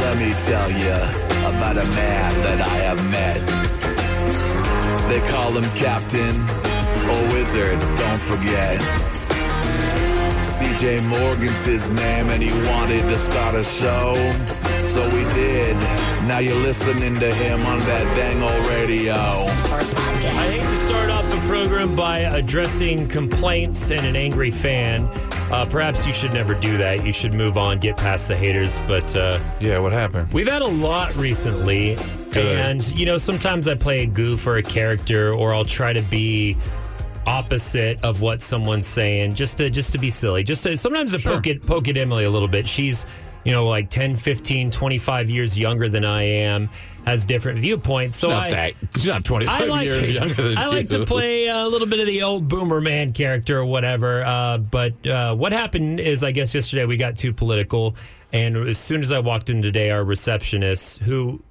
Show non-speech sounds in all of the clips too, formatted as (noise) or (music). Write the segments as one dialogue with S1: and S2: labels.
S1: Let me tell you about a man that I have met. They call him Captain or Wizard, don't forget. CJ Morgan's his name, and he wanted to start a show. So we did. Now you're listening to him on that dang old radio.
S2: I hate to start off the program by addressing complaints and an angry fan. Uh, perhaps you should never do that. You should move on, get past the haters. But uh,
S3: Yeah, what happened?
S2: we've had a lot recently.
S3: Good.
S2: And, you know, sometimes I play a goof or a character, or I'll try to be opposite of what someone's saying just to just to be silly just to sometimes to poke at poke at emily a little bit she's you know like 10 15 25 years younger than i am has different viewpoints so
S3: Not
S2: I,
S3: that. She's not (laughs) 25
S2: I like,
S3: years younger than
S2: I like
S3: you.
S2: to play a little bit of the old boomer man character or whatever. Uh, but uh, what happened is, I guess yesterday we got too political, and as soon as I walked in today, our receptionist, who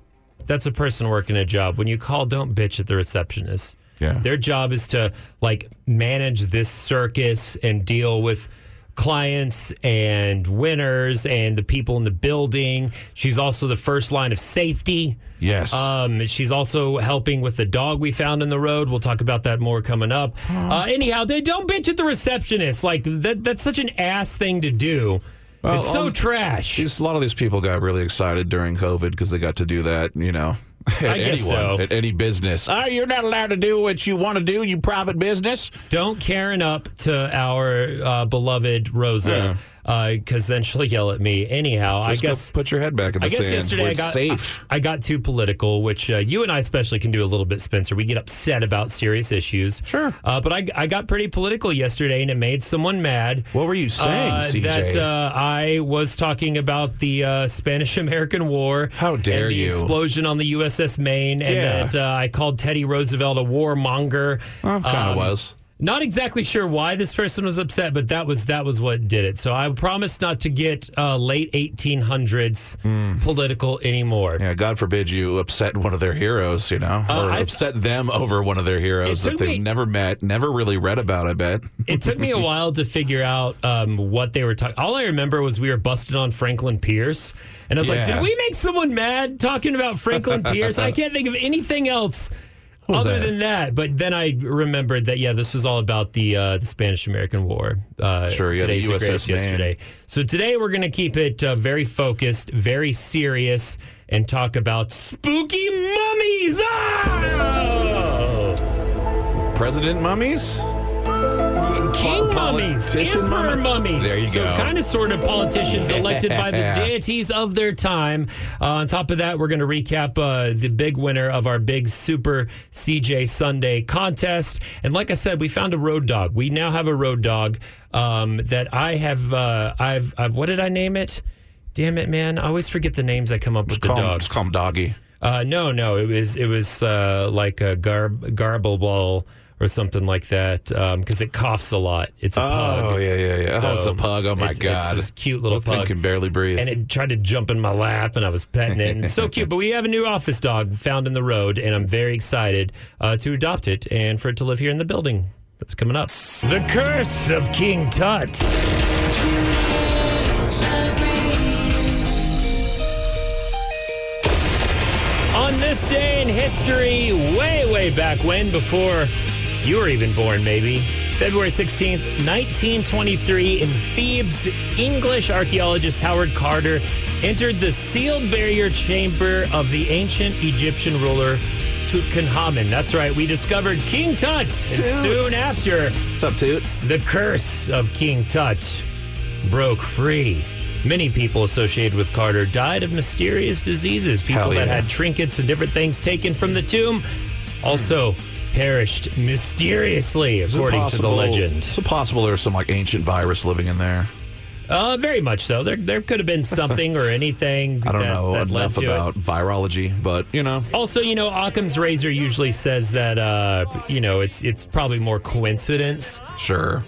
S2: that's a person working a job. When you call, don't bitch at the receptionist.
S3: Yeah.
S2: Their job is to like manage this circus and deal with clients and winners and the people in the building. She's also the first line of safety.
S3: Yes.
S2: Um, she's also helping with the dog we found in the road. We'll talk about that more coming up. Uh, anyhow, they don't bitch at the receptionist. Like that, that's such an ass thing to do.
S3: Well,
S2: it's so
S3: um,
S2: trash.
S3: These- a lot of these people got really excited during COVID because they got to do that, you know. (laughs) At
S2: I guess
S3: anyone,
S2: so.
S3: At any business. Oh, you're not allowed to do what you want to do, you private business.
S2: Don't Karen up to our uh, beloved Rosa, because then she'll yell at me. Anyhow,
S3: Just
S2: I
S3: go
S2: guess
S3: put your head back in the
S2: I guess
S3: sand.
S2: yesterday
S3: We're
S2: I got uh,
S3: safe.
S2: I, I got too political, which uh, you and I especially can do a little bit, Spencer. We get upset about serious issues.
S3: Sure.
S2: Uh, but I, I got pretty political yesterday, and it made someone mad.
S3: What were you saying,
S2: uh,
S3: CJ?
S2: That uh, I was talking about the uh, Spanish-American War.
S3: How dare
S2: and the
S3: you.
S2: Explosion on the USS Maine, and
S3: Yeah.
S2: that uh, I called Teddy Roosevelt a warmonger.
S3: well, kind of
S2: Um,
S3: was.
S2: Not exactly sure why this person was upset, but that was that was what did it. So I promise not to get uh, late 1800s
S3: Hmm.
S2: political anymore.
S3: Yeah, God forbid you upset one of their heroes, you know, or
S2: Uh, I-
S3: upset them over one of their heroes
S2: It
S3: that
S2: took
S3: they've
S2: me-
S3: never met, never really read about, I bet.
S2: It took me a while to figure out um, what they were talking. All I remember was we were busted on Franklin Pierce, and I was like,
S3: Yeah.
S2: "Did we make someone mad talking about Franklin Pierce?" I can't think of anything else
S3: was
S2: other
S3: that?
S2: than that. But then I remembered that yeah, this was all about the uh, the Spanish American War. Uh,
S3: Sure, yeah, the
S2: today's
S3: USS
S2: greatest
S3: Maine.
S2: yesterday. So today we're going to keep it uh, very focused, very serious, and talk about spooky mummies. Ah!
S3: President mummies?
S2: King
S3: Po-
S2: mummies,
S3: politician
S2: emperor
S3: mummy-
S2: mummies.
S3: There you
S2: so
S3: go.
S2: Kind of sort of
S3: (laughs)
S2: politicians elected by the
S3: Yeah.
S2: deities of their time. Uh, on top of that, we're going to recap uh, the big winner of our big Super CJ Sunday contest. And like I said, we found a road dog. We now have a road dog um, that I have. Uh, I've, I've. What did I name it? Damn it, man! I always forget the names I come up with the
S3: Call 'em-
S2: dogs.
S3: just call 'em doggy.
S2: Uh, no, no, it was it was uh, like a garb garble ball or something like that because it coughs a lot. It's a pug.
S3: Oh, yeah, yeah, yeah. oh, it's
S2: So
S3: a pug. Oh, my
S2: it's- it's
S3: God.
S2: this cute little
S3: That thing
S2: pug.
S3: can barely breathe.
S2: And it tried to jump in my lap, and I was petting it. And it's so cute. But we have a new office dog found in the road, and I'm very excited uh, to adopt it and for it to live here in the building. That's coming up. The Curse of King Tut. On this day in history, way, way back when, before you were even born, maybe, February 16th, 1923, in Thebes, English archaeologist Howard Carter entered the sealed barrier chamber of the ancient Egyptian ruler Tutankhamun. That's right, we discovered King Tut, and soon after,
S3: What's up, Toots?
S2: the curse of King Tut broke free. Many people associated with Carter died of mysterious diseases. People
S3: Hell
S2: that
S3: yeah.
S2: had trinkets and different things taken from the tomb also perished mysteriously, according to the legend.
S3: It's possible there's some like ancient virus living in there.
S2: Uh, very much so. There, there could
S3: (laughs)
S2: have been something or anything.
S3: I don't
S2: that,
S3: know
S2: that led
S3: enough
S2: to it.
S3: about virology, but you know,
S2: Also, you know, Occam's razor usually says that uh, you know it's it's probably more coincidence
S3: sure.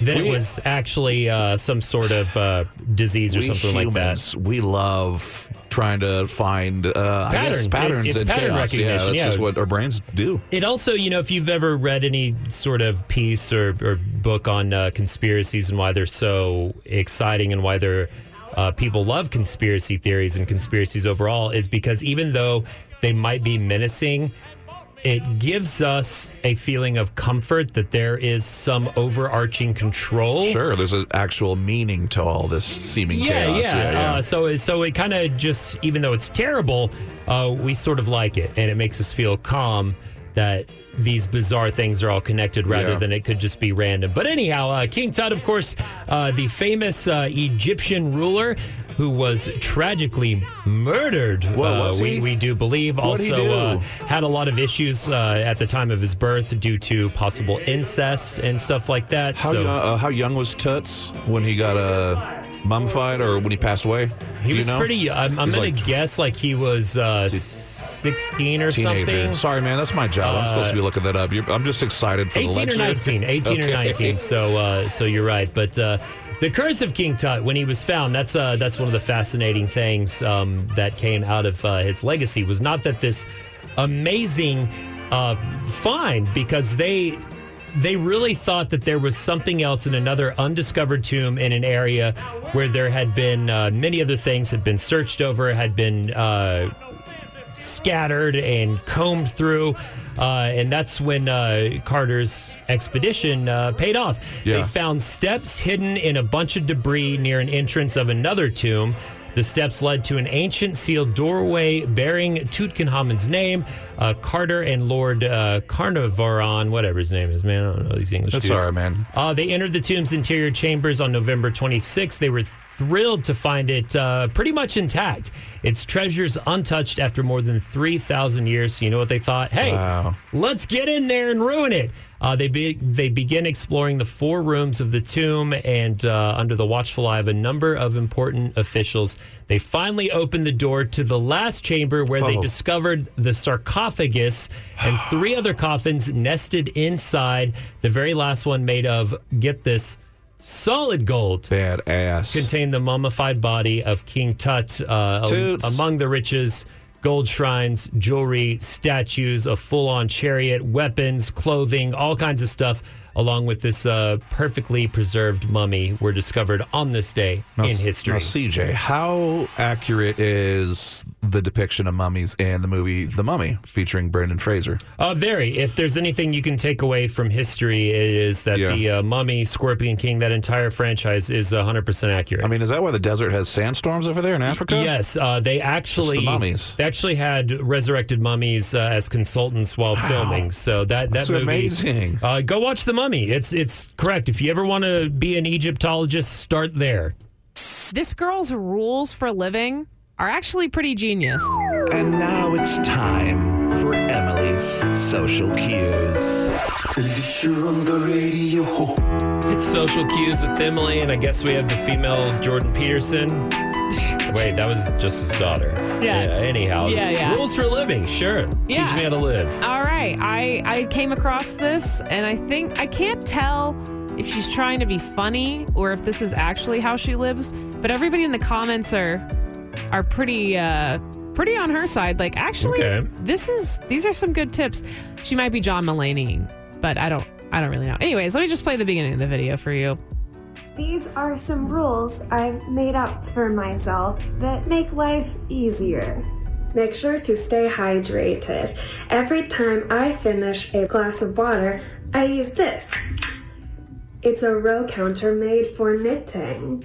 S2: than
S3: We-
S2: it was actually uh, some sort of uh, disease or
S3: we
S2: something like that.
S3: humans, we love trying to find uh, I
S2: Patterns.
S3: guess
S2: It-
S3: patterns
S2: it's
S3: in
S2: pattern
S3: chaos. Yeah,
S2: recognition,
S3: that's
S2: yeah.
S3: just what our brains do.
S2: It also, you know, if you've ever read any sort of piece or, or book on uh, conspiracies and why they're so exciting and why they're uh, people love conspiracy theories and conspiracies overall is because even though they might be menacing, it gives us a feeling of comfort that there is some overarching control.
S3: Sure, there's an actual meaning to all this seeming
S2: Yeah,
S3: chaos.
S2: yeah. Uh, so, it- so it kind of just, even though it's terrible, uh, we sort of like it, and it makes us feel calm that these bizarre things are all connected rather
S3: Yeah.
S2: than it could just be random. But anyhow, uh, King Tut, of course, uh, the famous uh, Egyptian ruler who was tragically murdered.
S3: Whoa,
S2: uh,
S3: was
S2: we,
S3: he?
S2: we do believe.
S3: What'd he
S2: also, Uh,
S3: do?
S2: had a lot of issues uh, at the time of his birth due to possible incest and stuff like that.
S3: How,
S2: so
S3: young, uh, how young was Toots when he got uh, mummified or when he passed away? Do
S2: He
S3: you
S2: was
S3: know?
S2: pretty. I'm, I'm
S3: He's
S2: gonna
S3: like tw-
S2: guess like he was uh, 16 or
S3: Teenager.
S2: something.
S3: Sorry, man, that's my job. I'm supposed to be looking that up. You're, I'm just excited for the
S2: 18
S3: lecture.
S2: or 19. 18 or
S3: Okay.
S2: 19. So uh, so you're right. But uh, the curse of King Tut when he was found. That's uh, that's one of the fascinating things um, that came out of uh, his legacy was not that this amazing uh, find because they. They really thought that there was something else in another undiscovered tomb in an area where there had been uh, many other things had been searched over, had been uh, scattered and combed through. Uh, and that's when uh, Carter's expedition uh, paid off. They
S3: Yeah.
S2: found steps hidden in a bunch of debris near an entrance of another tomb. The steps led to an ancient sealed doorway bearing Tutankhamun's name. Uh, Carter and Lord uh, Carnarvon, whatever his name is, man, I don't know these English
S3: That's
S2: dudes.
S3: all right, man.
S2: Uh, they entered the tomb's interior chambers on November 26th. They were thrilled to find it uh, pretty much intact. Its treasures untouched after more than 3,000 years. So you know what they thought? Hey,
S3: Wow.
S2: let's get in there and ruin it. Uh, they be- they begin exploring the four rooms of the tomb and uh, under the watchful eye of a number of important officials. They finally open the door to the last chamber where they
S3: Oh.
S2: discovered the sarcophagus and
S3: (sighs)
S2: three other coffins nested inside. The very last one made of get this solid gold
S3: Bad ass.
S2: contained the mummified body of King Tut. Uh, a-
S3: Toots.
S2: among the riches, gold shrines, jewelry, statues, a full on chariot, weapons, clothing, all kinds of stuff, along with this uh, perfectly preserved mummy, were discovered on this day
S3: Now,
S2: in
S3: s-
S2: history.
S3: Now, CJ, how accurate is the depiction of mummies in the movie The Mummy featuring Brendan Fraser?
S2: Uh, very. If there's anything you can take away from history, it is that
S3: Yeah.
S2: the uh, mummy, Scorpion King, that entire franchise is 100% accurate.
S3: I mean, is that why the desert has sandstorms over there in Africa?
S2: Yes, uh, they actually
S3: mummies.
S2: They actually had resurrected mummies uh, as consultants while filming. So that that
S3: That's
S2: movie,
S3: amazing.
S2: Uh, go watch the Mummy. It's it's correct. If you ever want to be an Egyptologist, start there.
S4: This girl's rules for living are actually pretty genius.
S1: And now it's time for Emily's social cues.
S2: It's social cues with Emily, and I guess we have the female Jordan Peterson. Wait, that was just his daughter.
S4: Yeah.
S2: anyhow,
S4: Yeah, yeah.
S2: Rules for living. Sure.
S4: Yeah.
S2: Teach me how to live.
S4: All right, I I came across this and I think I can't tell if she's trying to be funny or if this is actually how she lives, but everybody in the comments are are pretty uh pretty on her side like actually
S2: Okay.
S4: this is these are some good tips. She might be John Mulaney, but I don't I don't really know. Anyways, let me just play the beginning of the video for you.
S5: These are some rules I've made up for myself that make life easier. Make sure to stay hydrated. Every time I finish a glass of water, I use this. It's a row counter made for knitting.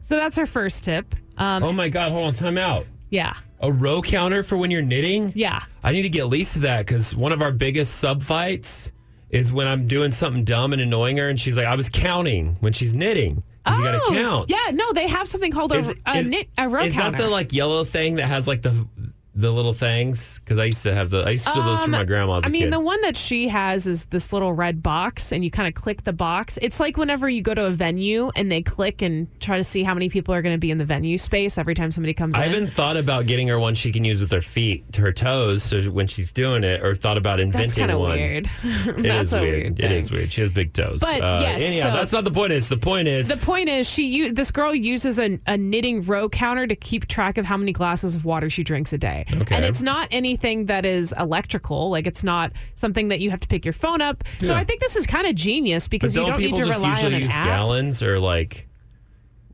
S4: So that's her first tip. Um
S2: Oh my God! Hold on, time out.
S4: yeah.
S2: A row counter for when you're knitting.
S4: Yeah.
S2: I need to get Lisa that because one of our biggest sub fights is when I'm doing something dumb and annoying her, and she's like, "I was counting when she's knitting." 'cause you gotta
S4: Oh,
S2: count.
S4: Yeah, no, they have something called a,
S2: Is,
S4: a,
S2: is-
S4: knit, a row
S2: is
S4: counter.
S2: that the like yellow thing that has like the the little things? Because I used to have the I used to steal those from
S4: Um,
S2: my grandma. As a
S4: I mean,
S2: kid.
S4: the one that she has is this little red box, and you kind of click the box. It's like whenever you go to a venue and they click and try to see how many people are going to be in the venue space every time somebody comes
S2: I
S4: in.
S2: haven't thought about getting her one she can use with her feet, her toes, so when she's doing it, or thought about
S4: That's
S2: inventing
S4: kind of
S2: one.
S4: weird. (laughs)
S2: It
S4: That's
S2: is
S4: a
S2: weird.
S4: weird.
S2: It
S4: thing.
S2: is weird. She has big toes. Uh,
S4: But, yes,
S2: anyhow,
S4: so-
S2: that's not the point. Is the point is
S4: The point is, she u- this girl uses a, a knitting row counter to keep track of how many glasses of water she drinks a day,
S2: Okay.
S4: and it's not anything that is electrical. Like it's not something that you have to pick your phone up. So
S2: Yeah.
S4: I think this is kind of genius
S2: But
S4: because you
S2: don't
S4: don't need
S2: people
S4: to
S2: just
S4: rely on
S2: usually
S4: an
S2: use
S4: app.
S2: gallons or like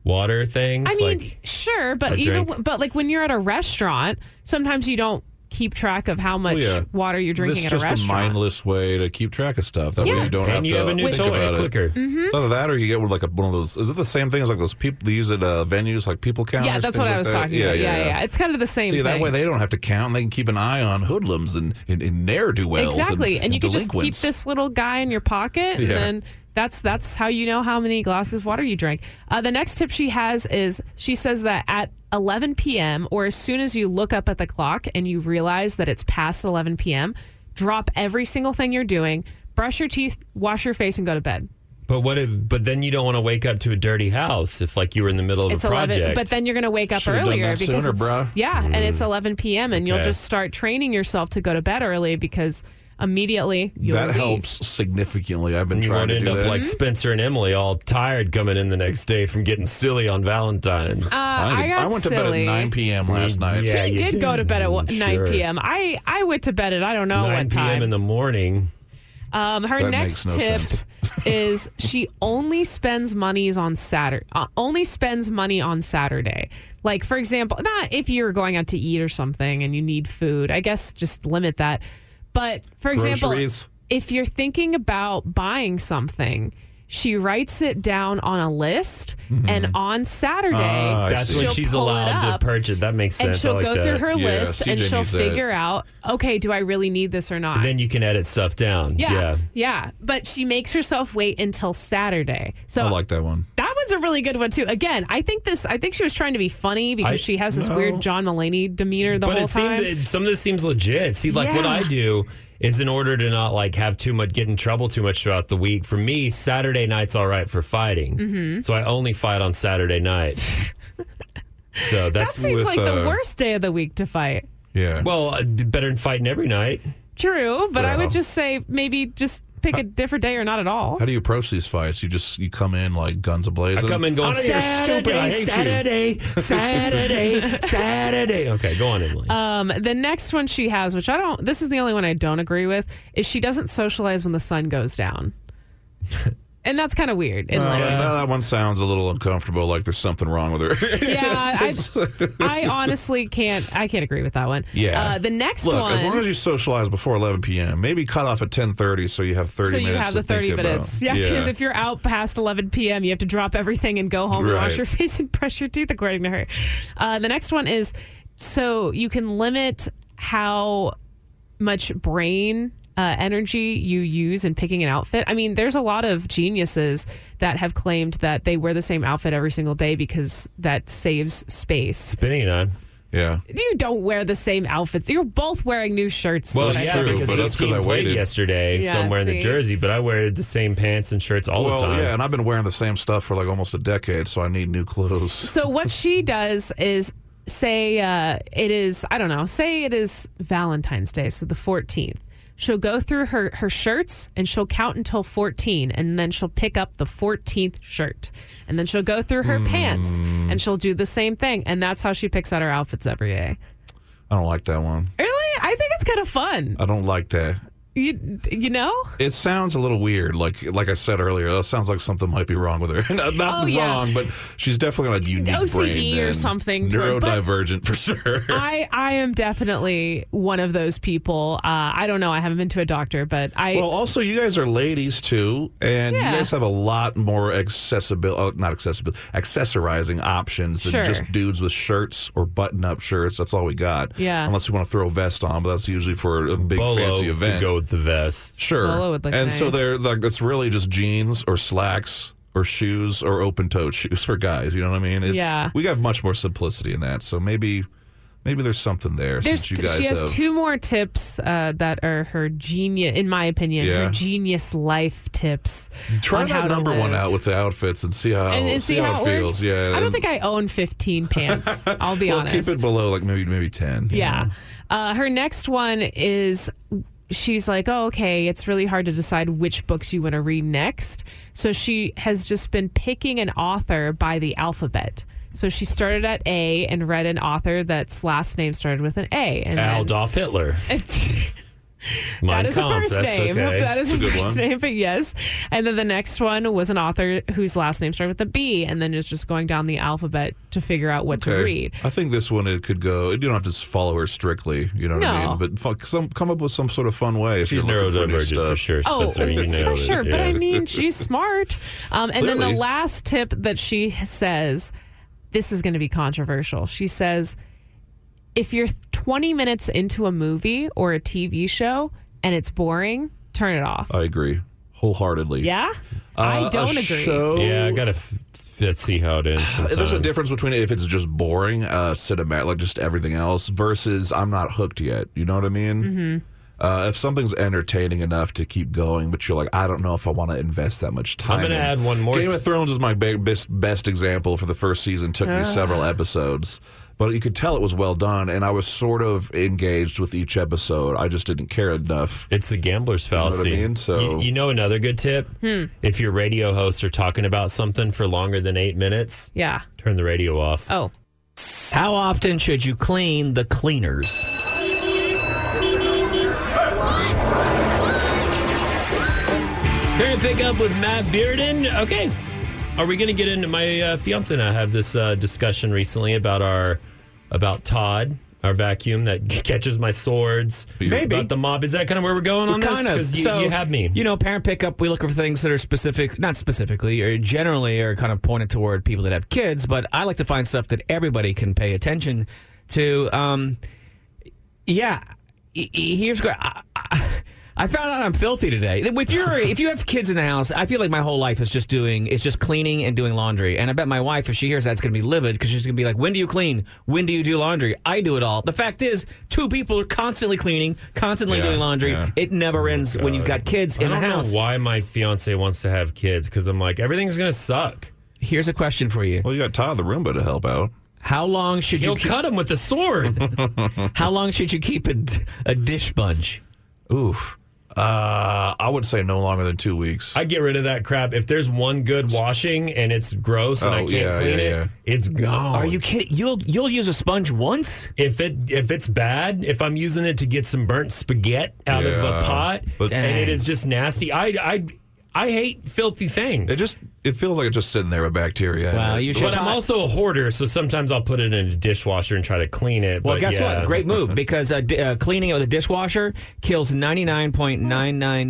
S2: water things?
S4: I mean,
S2: like,
S4: sure,
S2: a
S4: but even
S2: drink.
S4: w- but like when you're at a restaurant, sometimes you don't keep track of how much
S3: yeah.
S4: water you're
S3: This
S4: drinking
S3: is
S4: at a
S3: just a,
S4: restaurant.
S3: mindless way to keep track of stuff. That way
S4: Yeah.
S3: you don't have
S2: and you
S3: to
S2: have a new
S3: think
S2: toy,
S3: about
S2: a
S3: it.
S2: clicker.
S4: Mm-hmm.
S3: It's either that, or you get one like a, one of those. Is it the same thing as like those people they use at uh, venues, like people counters?
S4: yeah, that's
S3: things
S4: what
S3: like
S4: I was
S3: that?
S4: talking about. Yeah, yeah, It's kind of the same
S3: See,
S4: thing.
S3: that way they don't have to count. and They can keep an eye on hoodlums and, and, and ne'er do wells.
S4: exactly, and,
S3: and,
S4: you can just keep
S3: delinquents.
S4: this little guy in your pocket, and
S3: Yeah.
S4: then that's that's how you know how many glasses of water you drank. Uh, the next tip she has is she says that at 11 p.m. or as soon as you look up at the clock and you realize that it's past 11 p.m., drop every single thing you're doing, brush your teeth, wash your face, and go to bed.
S2: But what? If, but then you don't want to wake up to a dirty house if like you were in the middle of
S4: it's
S2: a project.
S4: 11 but then you're going to wake up
S3: Should've done
S4: earlier
S3: that
S4: because
S3: sooner,
S4: it's,
S3: bruh. Mm.
S4: yeah and it's 11 p.m and you'll
S2: Okay.
S4: just start training yourself to go to bed early because immediately you'll
S3: That
S4: leave.
S3: helps significantly. I've been
S2: you
S3: trying
S2: won't
S3: to
S2: end
S3: do
S2: up
S3: that.
S4: Mm-hmm.
S2: like Spencer and Emily, all tired coming in the next day from getting silly on Valentine's.
S4: uh,
S3: I,
S4: I,
S3: did-
S4: got
S3: I went to
S4: silly.
S3: bed at 9 p.m. last night.
S2: Mm, Yeah,
S4: I
S2: you
S4: did go to bed at
S2: did.
S4: one- 9
S2: Sure.
S4: p.m. I, I went to bed at I don't know
S2: 9
S4: what
S2: p.m.
S4: time.
S2: in the morning.
S4: um, her
S3: That
S4: next
S3: makes no
S4: tip
S3: sense. (laughs)
S4: is she only spends monies on Saturday. Uh, only spends money on Saturday. Like for example, not if you're going out to eat or something and you need food. I guess just limit that. But for example,
S3: Groceries.
S4: if you're thinking about buying something, she writes it down on a list, and on Saturday,
S3: Mm-hmm. Ah, I
S2: That's
S3: see.
S2: when
S4: she'll
S2: she's
S4: pull it
S2: allowed
S4: up
S2: to purchase. That makes
S4: and
S2: sense.
S4: she'll
S2: I like
S4: go
S2: that.
S4: through her
S3: Yeah,
S4: list and
S3: CJ
S4: she'll
S3: needs that.
S4: figure out, okay, do I really need this or not?
S2: Then you can edit stuff down.
S4: yeah, yeah,
S2: yeah.
S4: But she makes herself wait until Saturday. So
S3: I like that one.
S4: that one's a really good one too. Again, I think this. I think she was trying to be funny because
S2: I-
S4: she has this
S2: no.
S4: weird John Mulaney demeanor the
S2: but
S4: whole
S2: it seemed
S4: time.
S2: it- some of this seems legit. See, like what
S4: Yeah.
S2: I do is in order to not like have too much get in trouble too much throughout the week. For me, Saturday night's all right for fighting,
S4: Mm-hmm.
S2: so I only fight on Saturday
S4: (laughs)
S2: night. so
S4: that
S2: that's
S4: seems
S3: with,
S4: like the
S3: uh,
S4: worst day of the week to fight.
S3: Yeah.
S2: well uh, better than fighting every night.
S4: True, but I
S3: Well.
S4: would just say maybe just pick a different day or not at all.
S3: How do you approach these fights? You just you come in like guns ablazing.
S2: I come in going
S3: Outta here, stupid. I hate you.
S2: Saturday, Saturday,
S4: (laughs)
S2: Saturday, Saturday. Okay, go on, Emily.
S4: Um, the next one she has, which I don't, this is the only one I don't agree with, is she doesn't socialize when the sun
S3: (laughs)
S4: goes down. and that's kind of weird. In
S3: Uh,
S4: life.
S3: no, that one sounds a little uncomfortable. Like there's something wrong with her. (laughs)
S4: Yeah, I, I honestly can't, I can't agree with that one.
S3: Yeah.
S4: Uh, the next
S3: Look,
S4: one.
S3: as long as you socialize before 11 p.m., maybe cut off at 10:30, so you have 30
S4: so you
S3: minutes.
S4: have the
S3: to think
S4: 30 minutes. (laughs)
S3: About.
S4: Yeah, because if you're out past 11 p.m., you have to drop everything and go home and wash
S3: Right.
S4: your (laughs) face and brush your teeth, according to her. Uh, the next one is so you can limit how much brain uh, energy you use in picking an outfit. I mean, there's a lot of geniuses that have claimed that they wear the same outfit every single day because that saves space.
S2: Spinning on.
S3: yeah.
S4: You don't wear the same outfits. You're both wearing new shirts.
S2: Well,
S4: But I
S3: That's
S2: yeah,
S3: true,
S2: because
S3: but
S2: this
S3: that's 'cause
S2: team
S3: I
S2: played
S3: waited.
S2: yesterday
S4: Yeah,
S2: somewhere in
S4: see.
S2: New Jersey, but I wear the same pants and shirts all the
S3: Well,
S2: time.
S3: yeah, and I've been wearing the same stuff for like almost a decade, so I need new clothes.
S4: So what she does is say uh, it is I don't know say it is Valentine's Day, so the 14th. She'll go through her her shirts and she'll count until 14, and then she'll pick up the 14th shirt, and then she'll go through her pants
S3: Mm.
S4: and she'll do the same thing, and that's how she picks out her outfits every day.
S3: I don't like that one.
S4: Really, I think it's kind of fun.
S3: I don't like that.
S4: You you know?
S3: It sounds a little weird. Like like I said earlier, that sounds like something might be wrong with her. (laughs) not not
S4: Oh, yeah.
S3: wrong, but she's definitely on a unique
S4: OCD
S3: brain
S4: or
S3: and
S4: something, but-
S3: Neurodivergent for sure.
S4: I, I am definitely one of those people. Uh, I don't know. I haven't been to a doctor, but I
S3: Well, also you guys are ladies too, and
S4: Yeah.
S3: you guys have a lot more accessible, oh, not accessible, accessorizing options than
S4: Sure.
S3: just dudes with shirts or button-up shirts. That's all we got.
S4: Yeah.
S3: unless you want to throw a vest on, but that's usually for a big
S2: Bolo
S3: fancy
S2: could
S3: event.
S2: go with the vest.
S3: Sure,
S4: Bolo would look
S3: and so
S4: nice.
S3: they're like it's really just jeans or slacks. Or shoes or open toed (laughs) shoes for guys, you know what I mean? It's,
S4: Yeah.
S3: We got much more simplicity in that. So maybe maybe there's something there since you
S4: t-
S3: guys
S4: she has
S3: have
S4: two more tips uh, that are her genius, in my opinion, her
S3: Yeah.
S4: genius life tips.
S3: Try
S4: on how
S3: that
S4: to
S3: number one
S4: live.
S3: out with the outfits and Oh, see how
S4: and, and see, how, it
S3: feels.
S4: works.
S3: Yeah,
S4: I don't
S3: and-
S4: think I own
S3: (laughs)
S4: 15 pants. I'll be
S3: well,
S4: honest.
S3: Keep it below like maybe maybe ten. you
S4: yeah.
S3: know?
S4: Uh, her next one is. She's like, oh, okay, it's really hard to decide which books you want to read next. So she has just been picking an author by the alphabet. So she started at A and read an author that's last name started with an A. And
S2: Adolf
S4: (laughs) then-
S2: Hitler. Mein
S4: That is a
S2: Kampf,
S4: first
S2: that's
S4: name. (laughs)
S2: okay.
S4: That is a,
S1: It's a good
S4: first
S1: one.
S4: name, but yes. And then the next one was an author whose last name started with a B, and then it's just going down the alphabet to figure out what to read.
S3: I think this one it could go. You don't have to just follow her strictly. You know what I
S4: No.
S3: mean? But fuck, some come up with some sort of fun way. If
S2: She's
S3: you're looking for new
S2: neurodivergent for
S3: stuff.
S2: sure.
S4: Oh,
S2: Spencer, you nailed
S4: for
S2: it,
S4: sure. But
S2: yeah.
S4: I mean, she's smart. Um, and then the
S3: Clearly.
S4: last tip that she says this is going to be controversial. She says, if you're 20 minutes into a movie or a TV show and it's boring, turn it off.
S3: I agree wholeheartedly.
S4: yeah?
S3: Uh,
S4: I
S3: a
S4: don't agree.
S3: show-
S2: yeah, I gotta f- let's see how it ends.
S3: There's a
S2: sometimes.
S3: difference between if it's just boring, uh, cinematic, like just everything else, versus I'm not hooked yet. You know what I mean? Mm-hmm. Uh, if something's entertaining enough to keep going, but you're like, I don't know if I want to invest that much time.
S2: gonna
S3: in.
S2: add one more
S3: Game
S2: t-
S3: of Thrones is my ba- best, best example for the first season. Took me several episodes, but you could tell it was well done, and I was sort of engaged with each episode. I just didn't care enough.
S2: It's the gambler's
S3: what I
S2: fallacy.
S3: mean? So-
S2: you, you know another good tip? If your radio hosts are talking about something for longer than eight minutes,
S4: Yeah.
S2: turn the radio off.
S4: Oh.
S6: How often should you clean the cleaners?
S2: Here to pick up with Matt Bearden. Okay, are we gonna get into my uh, fiance and I have this uh, discussion recently about our about Todd. Our vacuum that (laughs) catches my swords.
S6: Maybe.
S2: About the mob. Is that kind of where we're going on this?
S6: kind of.
S2: 'Cause You,
S6: so,
S2: you have me.
S6: You know, parent pickup, we look for things that are specific, not specifically, or generally are kind of pointed toward people that have kids, but I like to find stuff that everybody can pay attention to. Um, yeah. E- e- Here's great. I, I- I found out I'm filthy today.
S2: (laughs)
S6: If you're if you have kids in the house, I feel like my whole life is just doing is just cleaning and doing laundry. And I bet my wife, if she hears that, it's going to be livid because she's going to be like, "When do you clean? When do you do laundry? I do it all." The fact is, two people are constantly cleaning, constantly
S3: Yeah,
S6: doing laundry.
S3: yeah.
S6: It never ends when you've got kids in
S2: Oh I
S6: the
S2: don't
S6: house.
S2: know why my fiance wants to have kids because I'm like everything's gonna suck.
S6: Here's a question for you:
S3: Well, you got Todd the Roomba to help out.
S6: How long should
S2: You'll
S6: you keep,
S2: cut him with the (laughs) sword.
S6: how long should you keep a, d- a dish sponge?
S3: Oof. Uh, I would say no longer than two weeks.
S2: I get rid of that crap. If there's one good washing and it's gross and I
S3: Oh,
S2: can't
S3: yeah,
S2: clean
S3: yeah,
S2: it,
S3: yeah.
S2: it's gone.
S6: Are you kidding? You'll you'll use a sponge once.
S2: If it if it's bad, if I'm using it to get some burnt spaghetti out of
S3: Yeah.
S2: a pot,
S3: But-
S2: and it
S6: Dang.
S2: is just nasty, I I I hate filthy things.
S3: It just it feels like it's just sitting there with bacteria. in
S6: Wow,
S3: it.
S6: you should-
S2: but I'm also a hoarder, so sometimes I'll put it in a dishwasher and try to clean it.
S6: Well,
S2: but
S6: guess
S2: yeah.
S6: what?
S2: (laughs)
S6: Great move because uh, d- uh, cleaning it with a dishwasher kills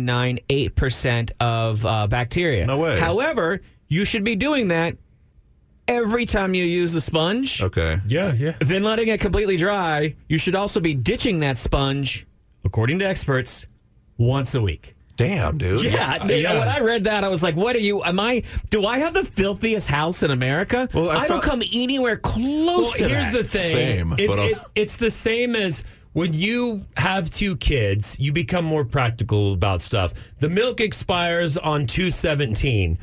S6: 99.9998% of uh, bacteria.
S3: No way.
S6: However, you should be doing that every time you use the sponge.
S3: Okay.
S2: Yeah, yeah.
S6: Then letting it completely dry, you should also be ditching that sponge, according to experts, once a week.
S3: Damn, dude.
S6: Yeah, dude,
S2: yeah.
S6: when I read that, I was like, "What are you? Am I? Do I have the filthiest house in America?
S3: Well, I
S6: I,
S3: thought-
S6: don't come anywhere close
S2: Well,
S6: to
S2: here's
S6: that.
S2: the thing.
S3: Same,
S2: It's,
S3: but uh, I'll-
S2: it- it's the same as when you have two kids, you become more practical about stuff. The milk expires on 217.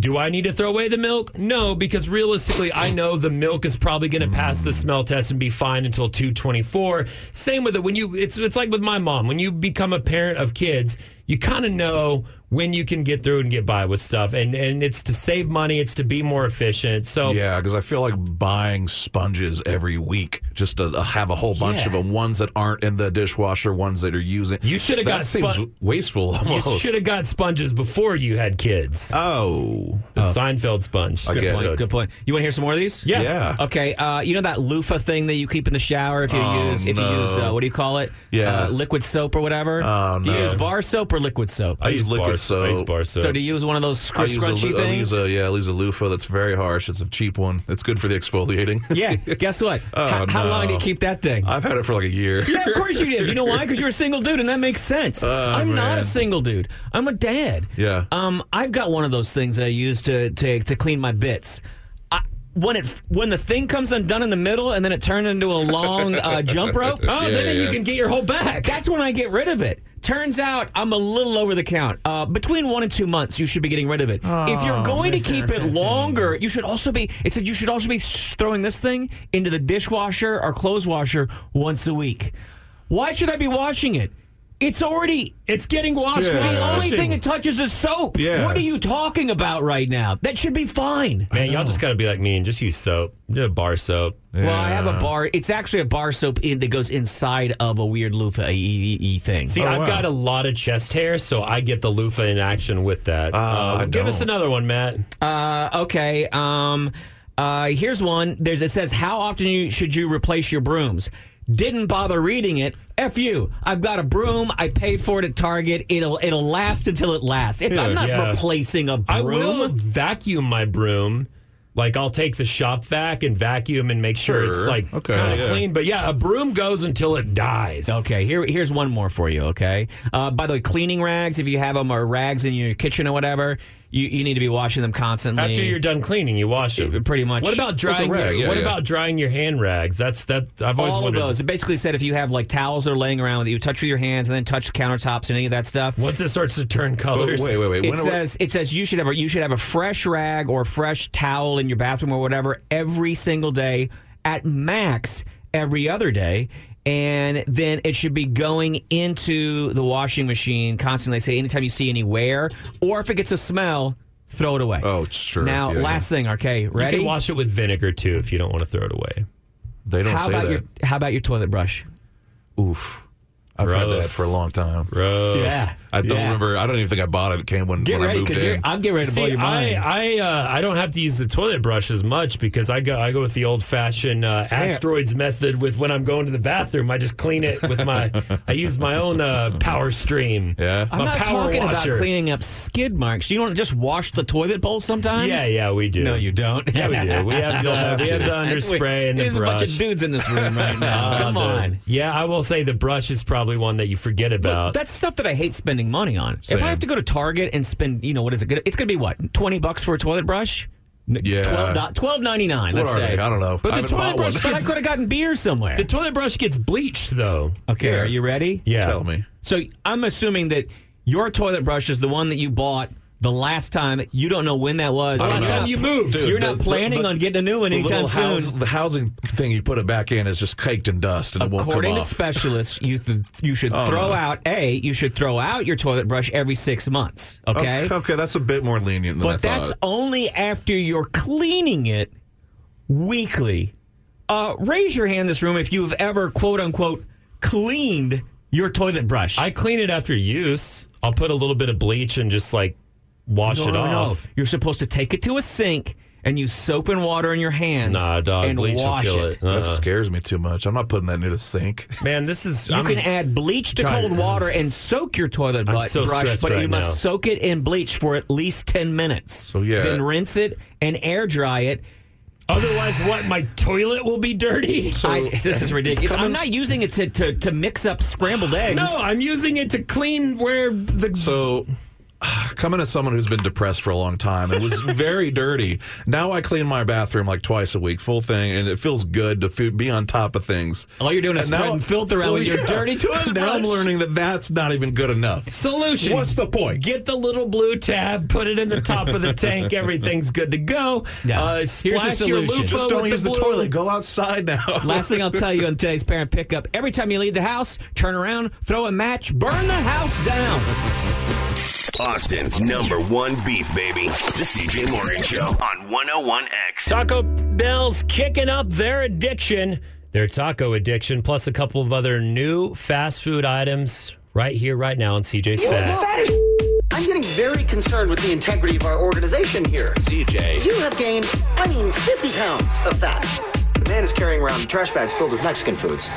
S2: Do I need to throw away the milk? No, because realistically, I know the milk is probably going to pass the smell test and be fine until 224. Same with it when you it's it's like with my mom. When you become a parent of kids, you kind of know when you can get through and get by with stuff, and and it's to save money, it's to be more efficient. So
S3: Yeah, because I feel like buying sponges every week just to uh, have a whole bunch
S6: Yeah.
S3: of them. Ones that aren't in the dishwasher, ones that are using.
S2: You shoulda
S3: That
S2: got
S3: seems
S2: spon-
S3: wasteful.
S2: You
S3: Almost.
S2: should have got sponges before you had kids.
S3: Oh,
S2: The Seinfeld sponge.
S3: Good
S6: Good
S3: So-
S6: point, good point. You want to hear some more of these?
S2: Yeah.
S3: yeah.
S6: Okay, uh, you know that loofah thing that you keep in the shower if you
S3: Oh,
S6: use if you
S3: no.
S6: use uh, what do you call it?
S3: Yeah.
S6: uh, liquid soap or whatever.
S3: Oh,
S6: Do you
S3: no.
S6: use bar soap or liquid soap?
S2: I use
S3: use
S2: bar,
S3: liquid
S2: I use
S3: soap.
S2: bar soap.
S6: so do you use one of those scr-
S3: I use, a,
S6: scrunchy
S3: loo- I
S6: things?
S3: use a yeah, I use a loofah that's very harsh. It's a cheap one. It's good for the exfoliating. (laughs)
S6: yeah. Guess what?
S3: Oh,
S6: how, how long do you
S3: no.
S6: keep that thing?
S3: I've had it for like a year.
S6: yeah,
S3: (laughs)
S6: of course you did. You know why? Because you're a single dude, and that makes sense. I'm not a
S3: Ah, man.
S6: single dude. I'm a dad.
S3: Yeah.
S6: Um, I've got one of those things that I use to to, to clean my bits. I, when it when the thing comes undone in the middle, and then it turned into a long uh, jump rope.
S2: oh,
S3: (laughs) Yeah,
S2: then
S3: yeah.
S2: you can get your whole back.
S6: That's when I get rid of it. Turns out I'm a little over the count. Uh, between one and two months, you should be getting rid of it. if
S2: Oh,
S6: you're going to keep it longer, you should also be. It said you should also be sh- throwing this thing into the dishwasher or clothes washer once a week. Why should I be washing it? It's already it's getting washed.
S3: Yeah.
S6: The only thing it touches is soap.
S3: Yeah.
S6: What are you talking about right now? That should be fine.
S2: Man, y'all just got to be like me and just use soap. Just bar soap.
S6: Well, I have a bar. It's actually a bar soap in, that goes inside of a weird loofah e thing.
S2: See,
S3: Oh,
S2: I've
S3: wow.
S2: got a lot of chest hair, so I get the loofah in action with that.
S3: Ah,
S2: Uh,
S3: I
S2: give us
S3: don't.
S2: another one, Matt.
S6: Uh, okay. Um, uh, here's one. There's it says how often you should you replace your brooms. Didn't bother reading it. F you. I've got a broom. I paid for it at Target. It'll it'll last until it lasts. If I'm not
S2: Yeah.
S6: replacing a broom.
S2: I will vacuum my broom. Like I'll take the shop vac and vacuum and make sure, it's
S3: Sure.
S2: like
S3: Okay,
S2: kind of
S3: yeah.
S2: clean. But yeah, a broom goes until it dies.
S6: Okay, here here's one more for you. Okay, uh, by the way, cleaning rags if you have them or rags in your kitchen or whatever, you, you need to be washing them constantly.
S2: After you're done cleaning, you wash it.
S6: Pretty much.
S2: What about drying?
S3: rag,
S2: your,
S3: yeah,
S2: what
S3: yeah.
S2: about drying your hand rags? That's that. I've always
S6: all of
S2: wondered.
S6: those. It basically said if you have like towels that are laying around that you touch with your hands and then touch countertops and any of that stuff.
S2: Once it starts to turn
S3: Wait,
S2: colors,
S3: wait, wait.
S6: It
S3: when are we-
S6: says it says you should have a you should have a fresh rag or fresh towel in your bathroom or whatever every single day at max every other day and then it should be going into the washing machine constantly. They say anytime you see any wear or if it gets a smell, throw it away.
S3: Oh, sure.
S6: Now,
S3: Yeah, yeah.
S6: last thing, okay,
S2: you
S6: ready?
S2: can wash it with vinegar too if you don't want to throw it away.
S3: they don't
S6: how
S3: say
S6: about
S3: that.
S6: your how about your toilet brush?
S3: Oof. I've had that
S2: Gross.
S3: for a long time.
S2: Gross.
S3: I don't
S6: Yeah.
S3: remember. I don't even think I bought it. It came when,
S6: Get
S3: when I
S6: ready
S3: moved
S6: because
S3: in.
S6: I'm getting ready to blow
S2: See,
S6: your mind.
S2: I I uh, I don't have to use the toilet brush as much because I go I go with the old fashioned uh, asteroids method with when I'm going to the bathroom I just clean it with
S6: (laughs)
S2: my I use my own uh, power stream
S3: Yeah.
S6: I'm
S2: my
S6: not
S2: power
S6: talking
S2: washer
S6: about cleaning up skid marks. You don't just wash the toilet bowl sometimes.
S2: yeah yeah we do
S6: No, you don't.
S2: yeah we do we
S6: (laughs)
S2: have the we have the
S6: Wait,
S2: underspray and the
S6: There's
S2: brush
S6: a bunch of dudes in this room
S3: (laughs)
S6: right now.
S3: Oh,
S2: Uh,
S6: Come
S2: the-
S6: on.
S2: yeah I will say the brush is probably one that you forget about
S6: That's stuff that I hate spending money on. If
S3: Oh. Same.
S6: I have to go to Target and spend, you know, what is it? gonna- It's going to be what? 20 bucks for a toilet brush? N-
S3: Yeah.
S6: 12 $12.99,
S3: What
S6: let's
S3: are
S6: say.
S3: they? I don't know.
S6: But
S3: I
S6: the
S3: haven't
S6: toilet
S3: bought
S6: brush,
S3: one.
S6: but
S3: (laughs)
S6: I could have gotten beer somewhere.
S2: the toilet brush gets bleached though
S6: okay,
S3: Yeah.
S6: are you ready?
S2: yeah
S3: Tell me.
S6: So I'm assuming that your toilet brush is the one that you bought the last time. You don't know when that was.
S3: I
S6: And
S3: don't
S6: you're
S3: know.
S6: not-
S2: you moved.
S3: Dude,
S6: You're
S3: the-
S6: not
S3: the-
S6: planning
S3: the-
S6: on getting a new one
S3: The
S6: anytime
S3: little
S6: soon.
S3: house, the housing thing you put it back in is just caked in dust and it won't
S6: According
S3: come
S6: to
S3: off.
S6: specialists, you th- you should
S2: Oh,
S6: throw
S3: no.
S6: out a you should throw out your toilet brush every six months. Okay,
S3: okay, okay, that's a bit more lenient than I
S6: but that's
S3: thought.
S6: only after you're cleaning it weekly. Uh, raise your hand in this room if you've ever quote unquote cleaned your toilet brush.
S2: I clean it after use. I'll put a little bit of bleach and just like wash it off.
S6: You're supposed to take it to a sink and use soap and water in your hands.
S2: Nah, dog,
S6: and
S2: bleach will
S6: wash
S2: kill
S6: it.
S2: it.
S3: That
S2: Uh,
S3: scares me too much. I'm not putting that near the sink.
S2: man, this is.
S6: You
S2: I'm,
S6: can add bleach to
S2: God,
S6: cold
S2: ugh.
S6: water and soak your toilet
S2: I'm
S6: butt
S2: so
S6: brush,
S2: stressed
S6: but you
S2: right
S6: must
S2: now.
S6: soak it in bleach for at least 10 minutes.
S3: So, yeah.
S6: Then rinse it and air dry it.
S2: otherwise, what? My toilet will be dirty.
S6: I, (laughs) this is ridiculous. I'm not using it to, to, to mix up scrambled eggs.
S2: no, I'm using it to clean where the.
S3: So, (sighs) coming as someone who's been depressed for a long time, it was
S6: (laughs)
S3: very dirty. Now I clean my bathroom like twice a week, full thing, and it feels good to fe- be on top of things.
S6: All you're doing is
S3: And now-
S6: spreading filth around
S3: Well,
S6: with your
S3: (laughs) yeah.
S6: dirty toilet
S3: Now I'm
S6: brush.
S3: learning that that's not even good enough.
S2: Solution.
S3: What's the point?
S2: Get the little blue tab, put it in the top of the tank. Everything's good to go.
S6: Yeah.
S2: Uh,
S6: Here's the
S2: splash your
S6: solution.
S2: loofah
S3: Just don't
S2: with
S3: use the,
S2: blue.
S3: toilet. Go outside now.
S6: Last thing I'll tell you on today's parent pickup every time you leave the house, turn around, throw a match, burn the house down.
S7: Austin's number one beef, baby. The CJ Morgan Show on 101X.
S2: Taco Bell's kicking up their addiction, their taco addiction, plus a couple of other new fast food items right here, right now on CJ's Fat.
S8: Fat as I'm getting very concerned with the integrity of our organization here. CJ. You have gained, I mean, 50 pounds of fat. The man is carrying around trash bags filled with Mexican foods.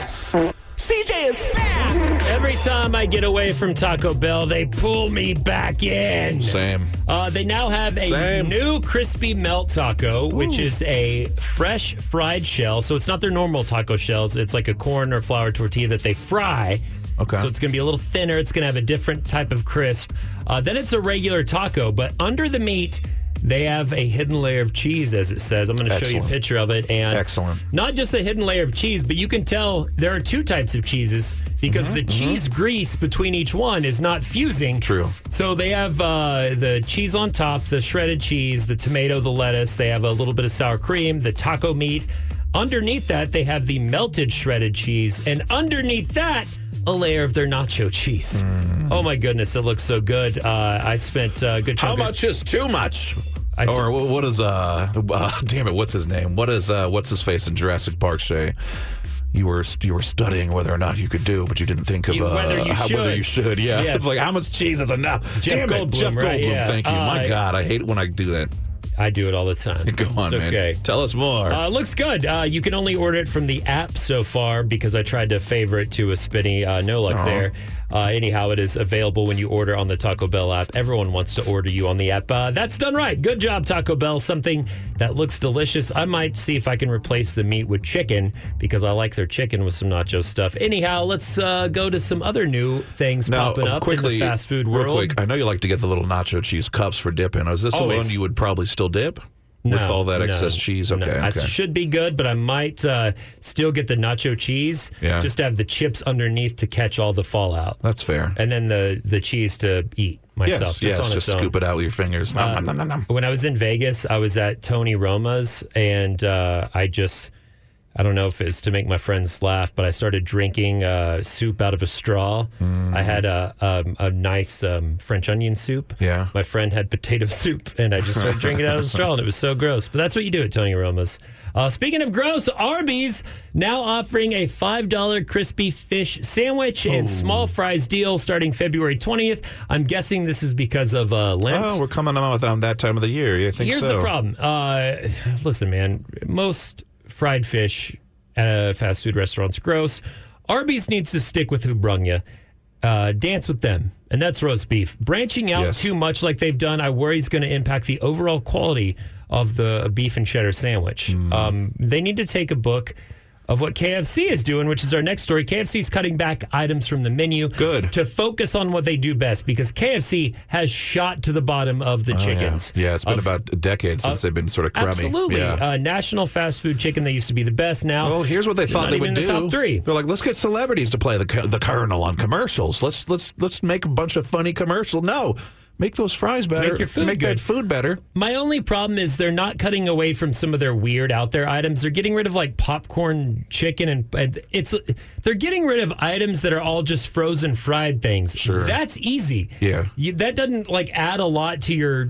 S2: Every time I get away from Taco Bell, they pull me back in.
S3: (laughs) Same.
S2: Uh, they now have a
S3: Same.
S2: new crispy melt taco, which is a fresh fried shell. So it's not their normal taco shells. It's like a corn or flour tortilla that they fry.
S3: Okay.
S2: So it's going to be a little thinner. It's going to have a different type of crisp. Uh, then it's a regular taco, but under the meat, they have a hidden layer of cheese, as it says. I'm going to show you a
S3: Excellent.
S2: picture of it. And
S3: Excellent.
S2: not just a hidden layer of cheese, but you can tell there are two types of cheeses because
S3: Mm-hmm,
S2: the cheese grease between each one is not fusing.
S3: True.
S2: So they have uh, the cheese on top, the shredded cheese, the tomato, the lettuce. They have a little bit of sour cream, the taco meat. Underneath that, they have the melted shredded cheese. And underneath that, a layer of their nacho cheese.
S3: Mm.
S2: Oh my goodness, it looks so good. Uh, I spent uh, a good
S3: How
S2: chunk.
S3: much is too much?
S2: I
S3: or wh- what is uh, (laughs) uh damn it what's his name what is uh what's his face in Jurassic Park say you were you were studying whether or not you could do but you didn't think of
S2: You-
S3: uh,
S2: whether you
S3: how, whether
S2: should.
S3: you should yeah
S2: Yeah.
S3: it's like how much cheese is enough
S2: Jeff
S3: damn it
S2: Goldblum,
S3: Jeff Goldblum
S2: right, yeah.
S3: thank you my
S2: Uh,
S3: God I hate when I do that (laughs)
S2: Of, I do it all the time.
S3: go on
S2: it's okay.
S3: man tell us more
S2: Uh, looks good. Uh, you can only order it from the app so far because I tried to favor it to a spinny uh, no luck there. Uh, anyhow, it is available when you order on the Taco Bell app. Everyone wants to order you on the app. Uh, that's done right. Good job, Taco Bell. Something that looks delicious. I might see if I can replace the meat with chicken because I like their chicken with some nacho stuff. Anyhow, let's uh, go to some other new things
S3: now
S2: popping up
S3: quickly
S2: in the fast food
S3: real
S2: world.
S3: quick I know you like to get the little nacho cheese cups for dipping is this the
S2: Always.
S3: one you would probably still dip with all that
S2: no,
S3: excess cheese okay
S2: no.
S3: okay
S2: I should be good, but I might uh, still get the nacho cheese.
S3: Yeah.
S2: Just to have the chips underneath to catch all the fallout,
S3: that's fair
S2: and then the the cheese to eat
S3: yes
S2: myself.
S3: yes
S2: on
S3: just
S2: its own. Um,
S3: scoop it out with your fingers Nom, nom, nom, nom, nom.
S2: When I was in Vegas, I was at Tony Roma's, and uh, I just. I don't know if it's to make my friends laugh, but I started drinking uh, soup out of a straw.
S3: Mm.
S2: I had a um, a nice um, French onion soup.
S3: Yeah.
S2: my friend had potato (laughs) soup, and I just started drinking it out of a straw, and it was so gross. But that's what you do at Tony Roma's. Uh, speaking of gross, Arby's now offering a five dollar crispy fish sandwich and
S3: Oh.
S2: small fries deal starting February twentieth. I'm guessing this is because of uh, Lent.
S3: Oh, we're coming on with on that time of the year. You think
S2: Here's
S3: so?
S2: the problem. Uh, listen, man, most fried fish at fast food restaurants are gross. Arby's needs to stick with who brung you. Uh, dance with them, and that's roast beef. Branching out
S3: Yes.
S2: too much like they've done, I worry is going to impact the overall quality of the beef and cheddar sandwich.
S3: Hmm.
S2: Um, they need to take a book of what KFC is doing, which is our next story. KFC is cutting back items from the menu
S3: Good.
S2: to focus on what they do best because KFC has shot to the bottom of the
S3: Oh, yeah.
S2: chickens.
S3: Yeah, it's been
S2: of-
S3: about a decade since they've been sort of crummy.
S2: Absolutely.
S3: Yeah.
S2: Uh, national fast food chicken. They used to be the best. Now,
S3: well, here's what they thought
S2: not
S3: they
S2: even
S3: would
S2: in
S3: do.
S2: the top three.
S3: They're like, let's get celebrities to play the co- the colonel on commercials. Let's let's let's make a bunch of funny commercials. No, make those fries better.
S2: Make your food
S3: make
S2: good.
S3: that food better.
S2: my only problem is they're not cutting away from some of their weird out there items. They're getting rid of like popcorn chicken and, and it's they're getting rid of items that are all just frozen fried things.
S3: Sure.
S2: That's easy.
S3: Yeah.
S2: You, that doesn't like add a lot to your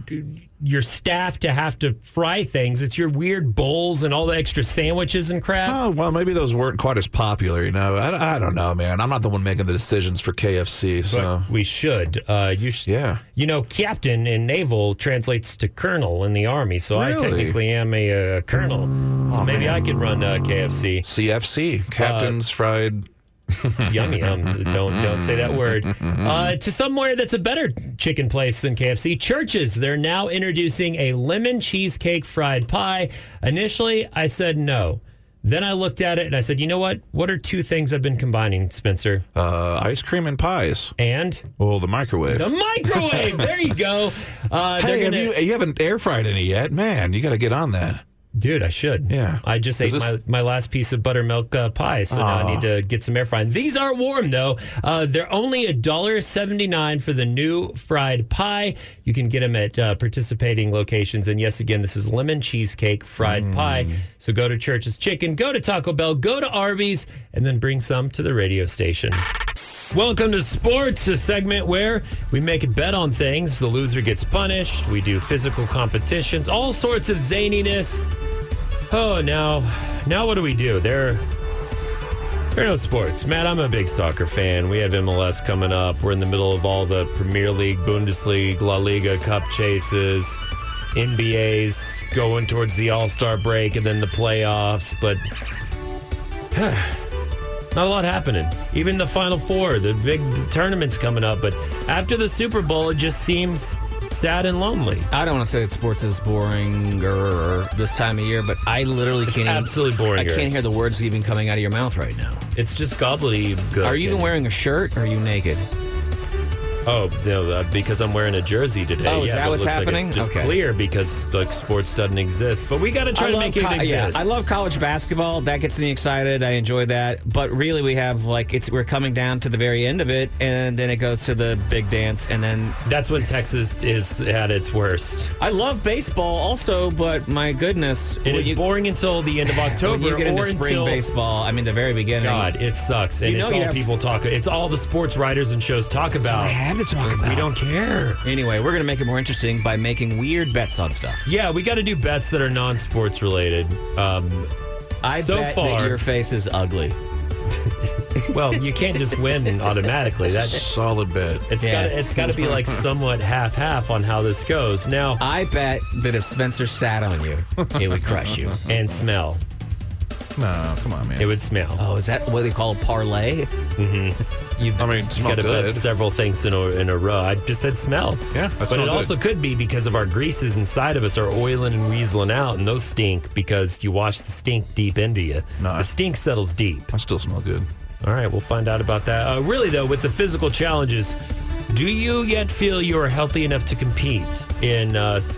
S2: your staff to have to fry things. It's your weird bowls and all the extra sandwiches and crap.
S3: Oh well, maybe those weren't quite as popular. You know, I, I don't know, man. I'm not the one making the decisions for KFC.
S2: but
S3: So
S2: we should. Uh, you sh-
S3: Yeah.
S2: You know, captain in naval translates to colonel in the army, so I
S3: Really? Oh,
S2: technically am a uh, colonel. So maybe I could run uh,
S3: (laughs)
S2: KFC. Uh,
S3: CFC, Captain's Fried.
S2: Yum yum. Don't don't say that
S3: (laughs)
S2: word. Uh, to somewhere that's a better chicken place than KFC. Churches. They're now introducing a lemon cheesecake fried pie. Initially, I said no. Then I looked at it and I said, you know what? What are two things I've been combining, Spencer?
S3: Uh, ice cream and pies.
S2: And
S3: Well, the microwave.
S2: the
S3: (laughs)
S2: microwave. there you go. Uh, they're
S3: hey,
S2: gonna,
S3: have you, you haven't air fried any yet, man. You got to get on that.
S2: Dude, I should.
S3: Yeah.
S2: I just ate
S3: Is this-
S2: my, my last piece of buttermilk uh, pie, so now I need to get some air frying. These are warm, though. Uh, they're only $1.79 for the new fried pie. You can get them at uh, participating locations. And yes, again, this is lemon cheesecake fried
S3: Mm.
S2: pie. So go to Church's Chicken, go to Taco Bell, go to Arby's, and then bring some to the radio station. Welcome to sports, a segment where we make a bet on things. The loser gets punished. We do physical competitions, all sorts of zaniness. Oh, now, now what do we do? There, there are no sports. Matt, I'm a big soccer fan. We have MLS coming up. We're in the middle of all the Premier League, Bundesliga, La Liga Cup chases, NBAs going towards the All Star break and then the playoffs. But (sighs) not a lot happening. Even the Final Four, the big tournaments coming up. But after the Super Bowl, it just seems sad and lonely.
S6: I don't want to say that sports is boring or this time of year, but I literally can't. even-
S2: absolutely boring.
S6: I can't hear the words even coming out of your mouth right now.
S2: It's just gobbledygook.
S6: Are you even wearing a shirt? or Are you naked?
S2: Oh no! Uh, because I'm wearing a jersey today.
S6: Oh, is
S2: yeah,
S6: that
S2: but
S6: what's
S2: it looks Like
S6: happening?
S2: it's just
S6: Okay.
S2: clear because like sports doesn't exist. But we got to try to make it
S6: co-
S2: exist.
S6: yeah, I love college basketball. That gets me excited. I enjoy that. But really, we have like it's we're coming down to the very end of it, and then it goes to the big dance, and then
S2: That's when Texas is at its worst.
S6: I love baseball also, but my goodness,
S2: It
S6: when
S2: is
S6: you,
S2: boring until the end of
S6: when
S2: October
S6: you get into
S2: or
S6: spring
S2: until
S6: baseball. I mean, the very beginning.
S2: God, it sucks, and
S6: You know
S2: it's
S6: you
S2: all
S6: have-
S2: people talk. It's all the sports writers and shows talk about.
S6: I have to talk about.
S2: We don't care.
S6: Anyway, we're gonna make it more interesting by making weird bets on stuff.
S2: Yeah, we got to do bets that are non-sports related. Um,
S6: I
S2: So
S6: bet
S2: far-
S6: that your face is ugly.
S2: well, you can't just win automatically. That
S6: (laughs)
S3: Solid bet.
S2: it's
S6: Yeah.
S2: got it's got to be like somewhat half half on how this goes now
S6: I bet that if Spencer sat on you, it would
S2: (laughs)
S6: crush you.
S2: and smell.
S3: No, come on, man.
S2: It would smell.
S6: Oh, is that what they call a parlay?
S2: Mm-hmm.
S3: I mean, it's
S2: Got
S3: not
S2: to bet
S3: good.
S2: several things in a, in a row. I just said smell.
S3: Yeah, that
S2: but it
S3: smelled good.
S2: also could be because of our greases inside of us are oiling and weaseling out, and those stink because you wash the stink deep into you.
S3: Nah.
S2: The stink settles deep.
S3: I still smell good.
S2: All right, we'll find out about that. Uh, really, though, with the physical challenges, do you yet feel you are healthy enough to compete in? Uh, s-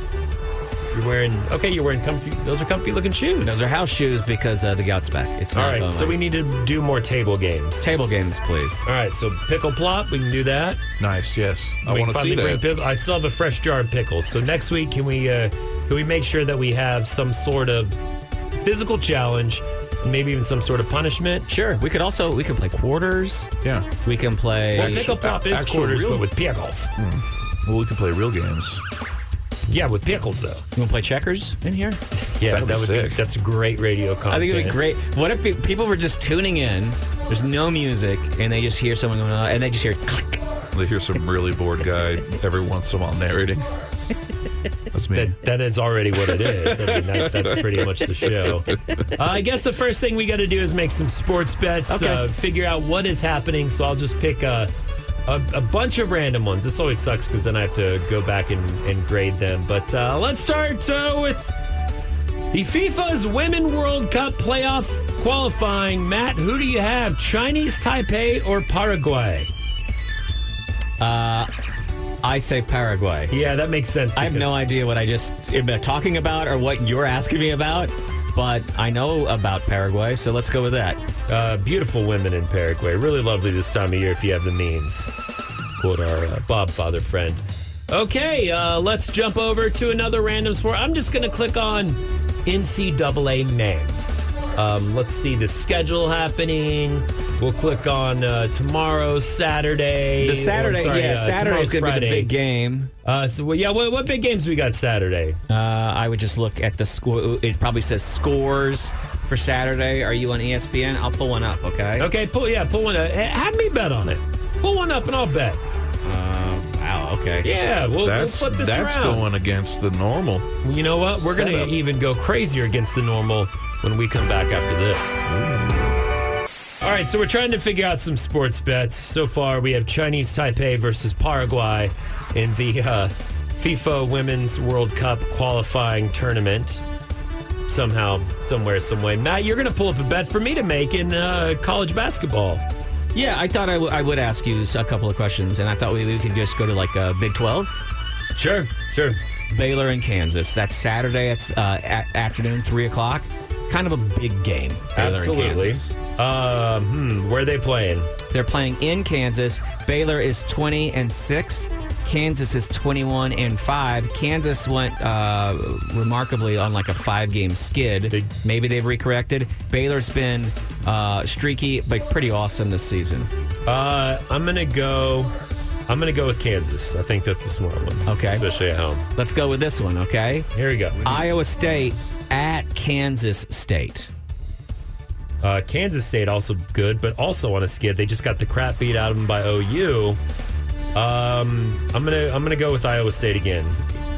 S2: you're wearing okay. You're wearing comfy. Those are comfy looking shoes.
S6: Those are house shoes because uh, the gout's back. It's
S2: All
S6: not
S2: right,
S6: going
S2: so we
S6: on.
S2: need to do more table games.
S6: table games, please.
S2: All right, so pickle plop, we can do that.
S3: Nice, yes. I
S2: We
S3: want to
S2: finally
S3: see
S2: bring
S3: that.
S2: pickle- I still have a fresh jar of pickles. So next week, can we uh, can we make sure that we have some sort of physical challenge, maybe even some sort of punishment?
S6: Sure. We could also we can play quarters.
S3: Yeah.
S6: We can play.
S2: Well, pickle plop is
S3: actual
S2: quarters,
S3: real- Mm.
S2: but with pickles.
S3: Well, we can play real games.
S2: Yeah, with pickles though.
S6: we can play checkers in here.
S2: Yeah, that
S3: That'd be
S2: would
S3: sick.
S2: be that's great radio content.
S6: I think it'd be great. What if pe- people were just tuning in? There's no music, and they just hear someone going on, and they just hear. click.
S3: They hear some really bored guy every once in a while (laughs) narrating. That's me.
S2: That, that is already what it is. I mean, that, that's pretty much the show. Uh, I guess the first thing we got to do is make some sports bets,
S6: Okay.
S2: uh, figure out what is happening. So I'll just pick a, a, a bunch of random ones. This always sucks because then I have to go back and, and grade them. But uh, let's start uh, with the FIFA's Women World Cup playoff qualifying. Matt, who do you have? Chinese Taipei or Paraguay?
S6: I say Paraguay.
S2: Yeah, that makes sense.
S6: I have
S2: because-
S6: no idea what I just am I talking about or what you're asking me about, but I know about Paraguay, so let's go with that.
S2: Uh, beautiful women in Paraguay. Really lovely this time of year if you have the means. Quote our uh, Bob Father friend. Okay, uh, let's jump over to another random sport. I'm just going to click on NCAA name. Um, let's see the schedule happening. We'll click on uh, tomorrow, Saturday.
S6: The
S2: or,
S6: Saturday,
S2: sorry,
S6: yeah,
S2: uh,
S6: Saturday's
S2: tomorrow's
S6: going to be the
S2: Friday.
S6: big game.
S2: Uh, so, well, yeah, what, what big games we got Saturday?
S6: Uh, I would just look at the score. It probably says scores for Saturday. Are you on E ESPN? I'll pull one up. Okay.
S2: Okay, pull yeah, pull one. Up. Have me bet on it. Pull one up and I'll bet.
S6: Uh, wow. Okay.
S2: Yeah, we'll,
S3: That's
S2: we'll flip this
S3: that's
S2: around.
S3: going against the normal.
S2: You know what? We're going to
S3: Setup.
S2: even go crazier against the normal when we come back after this. All right, so we're trying to figure out some sports bets. So far, we have Chinese Taipei versus Paraguay in the uh, FIFA Women's World Cup qualifying tournament. Somehow, somewhere, some way. Matt, you're going to pull up a bet for me to make in uh, college basketball.
S6: Yeah. I thought I, w- I would ask you a couple of questions, and I thought we, we could just go to like uh, Big Twelve,
S2: Sure, sure.
S6: Baylor and Kansas. That's Saturday. It's uh, a- afternoon, three o'clock. Kind of a big game. Baylor and
S2: Absolutely.
S6: Kansas.
S2: Uh, hmm, where are they playing?
S6: They're playing in Kansas. Baylor is 20 and 6. Kansas is 21 and 5. Kansas went uh, remarkably on like a five game skid.
S2: They-
S6: Maybe they've recorrected. Baylor's been uh, streaky, but pretty awesome this season.
S2: Uh, I'm gonna go. I'm gonna go with Kansas. I think that's a smart one.
S6: Okay.
S2: especially at home.
S6: Let's go with this one, okay?
S2: Here we go.
S6: Iowa State at Kansas State.
S2: Uh, Kansas State also good, but also on a skid. They just got the crap beat out of them by OU. Um, I'm gonna I'm gonna go with Iowa State again.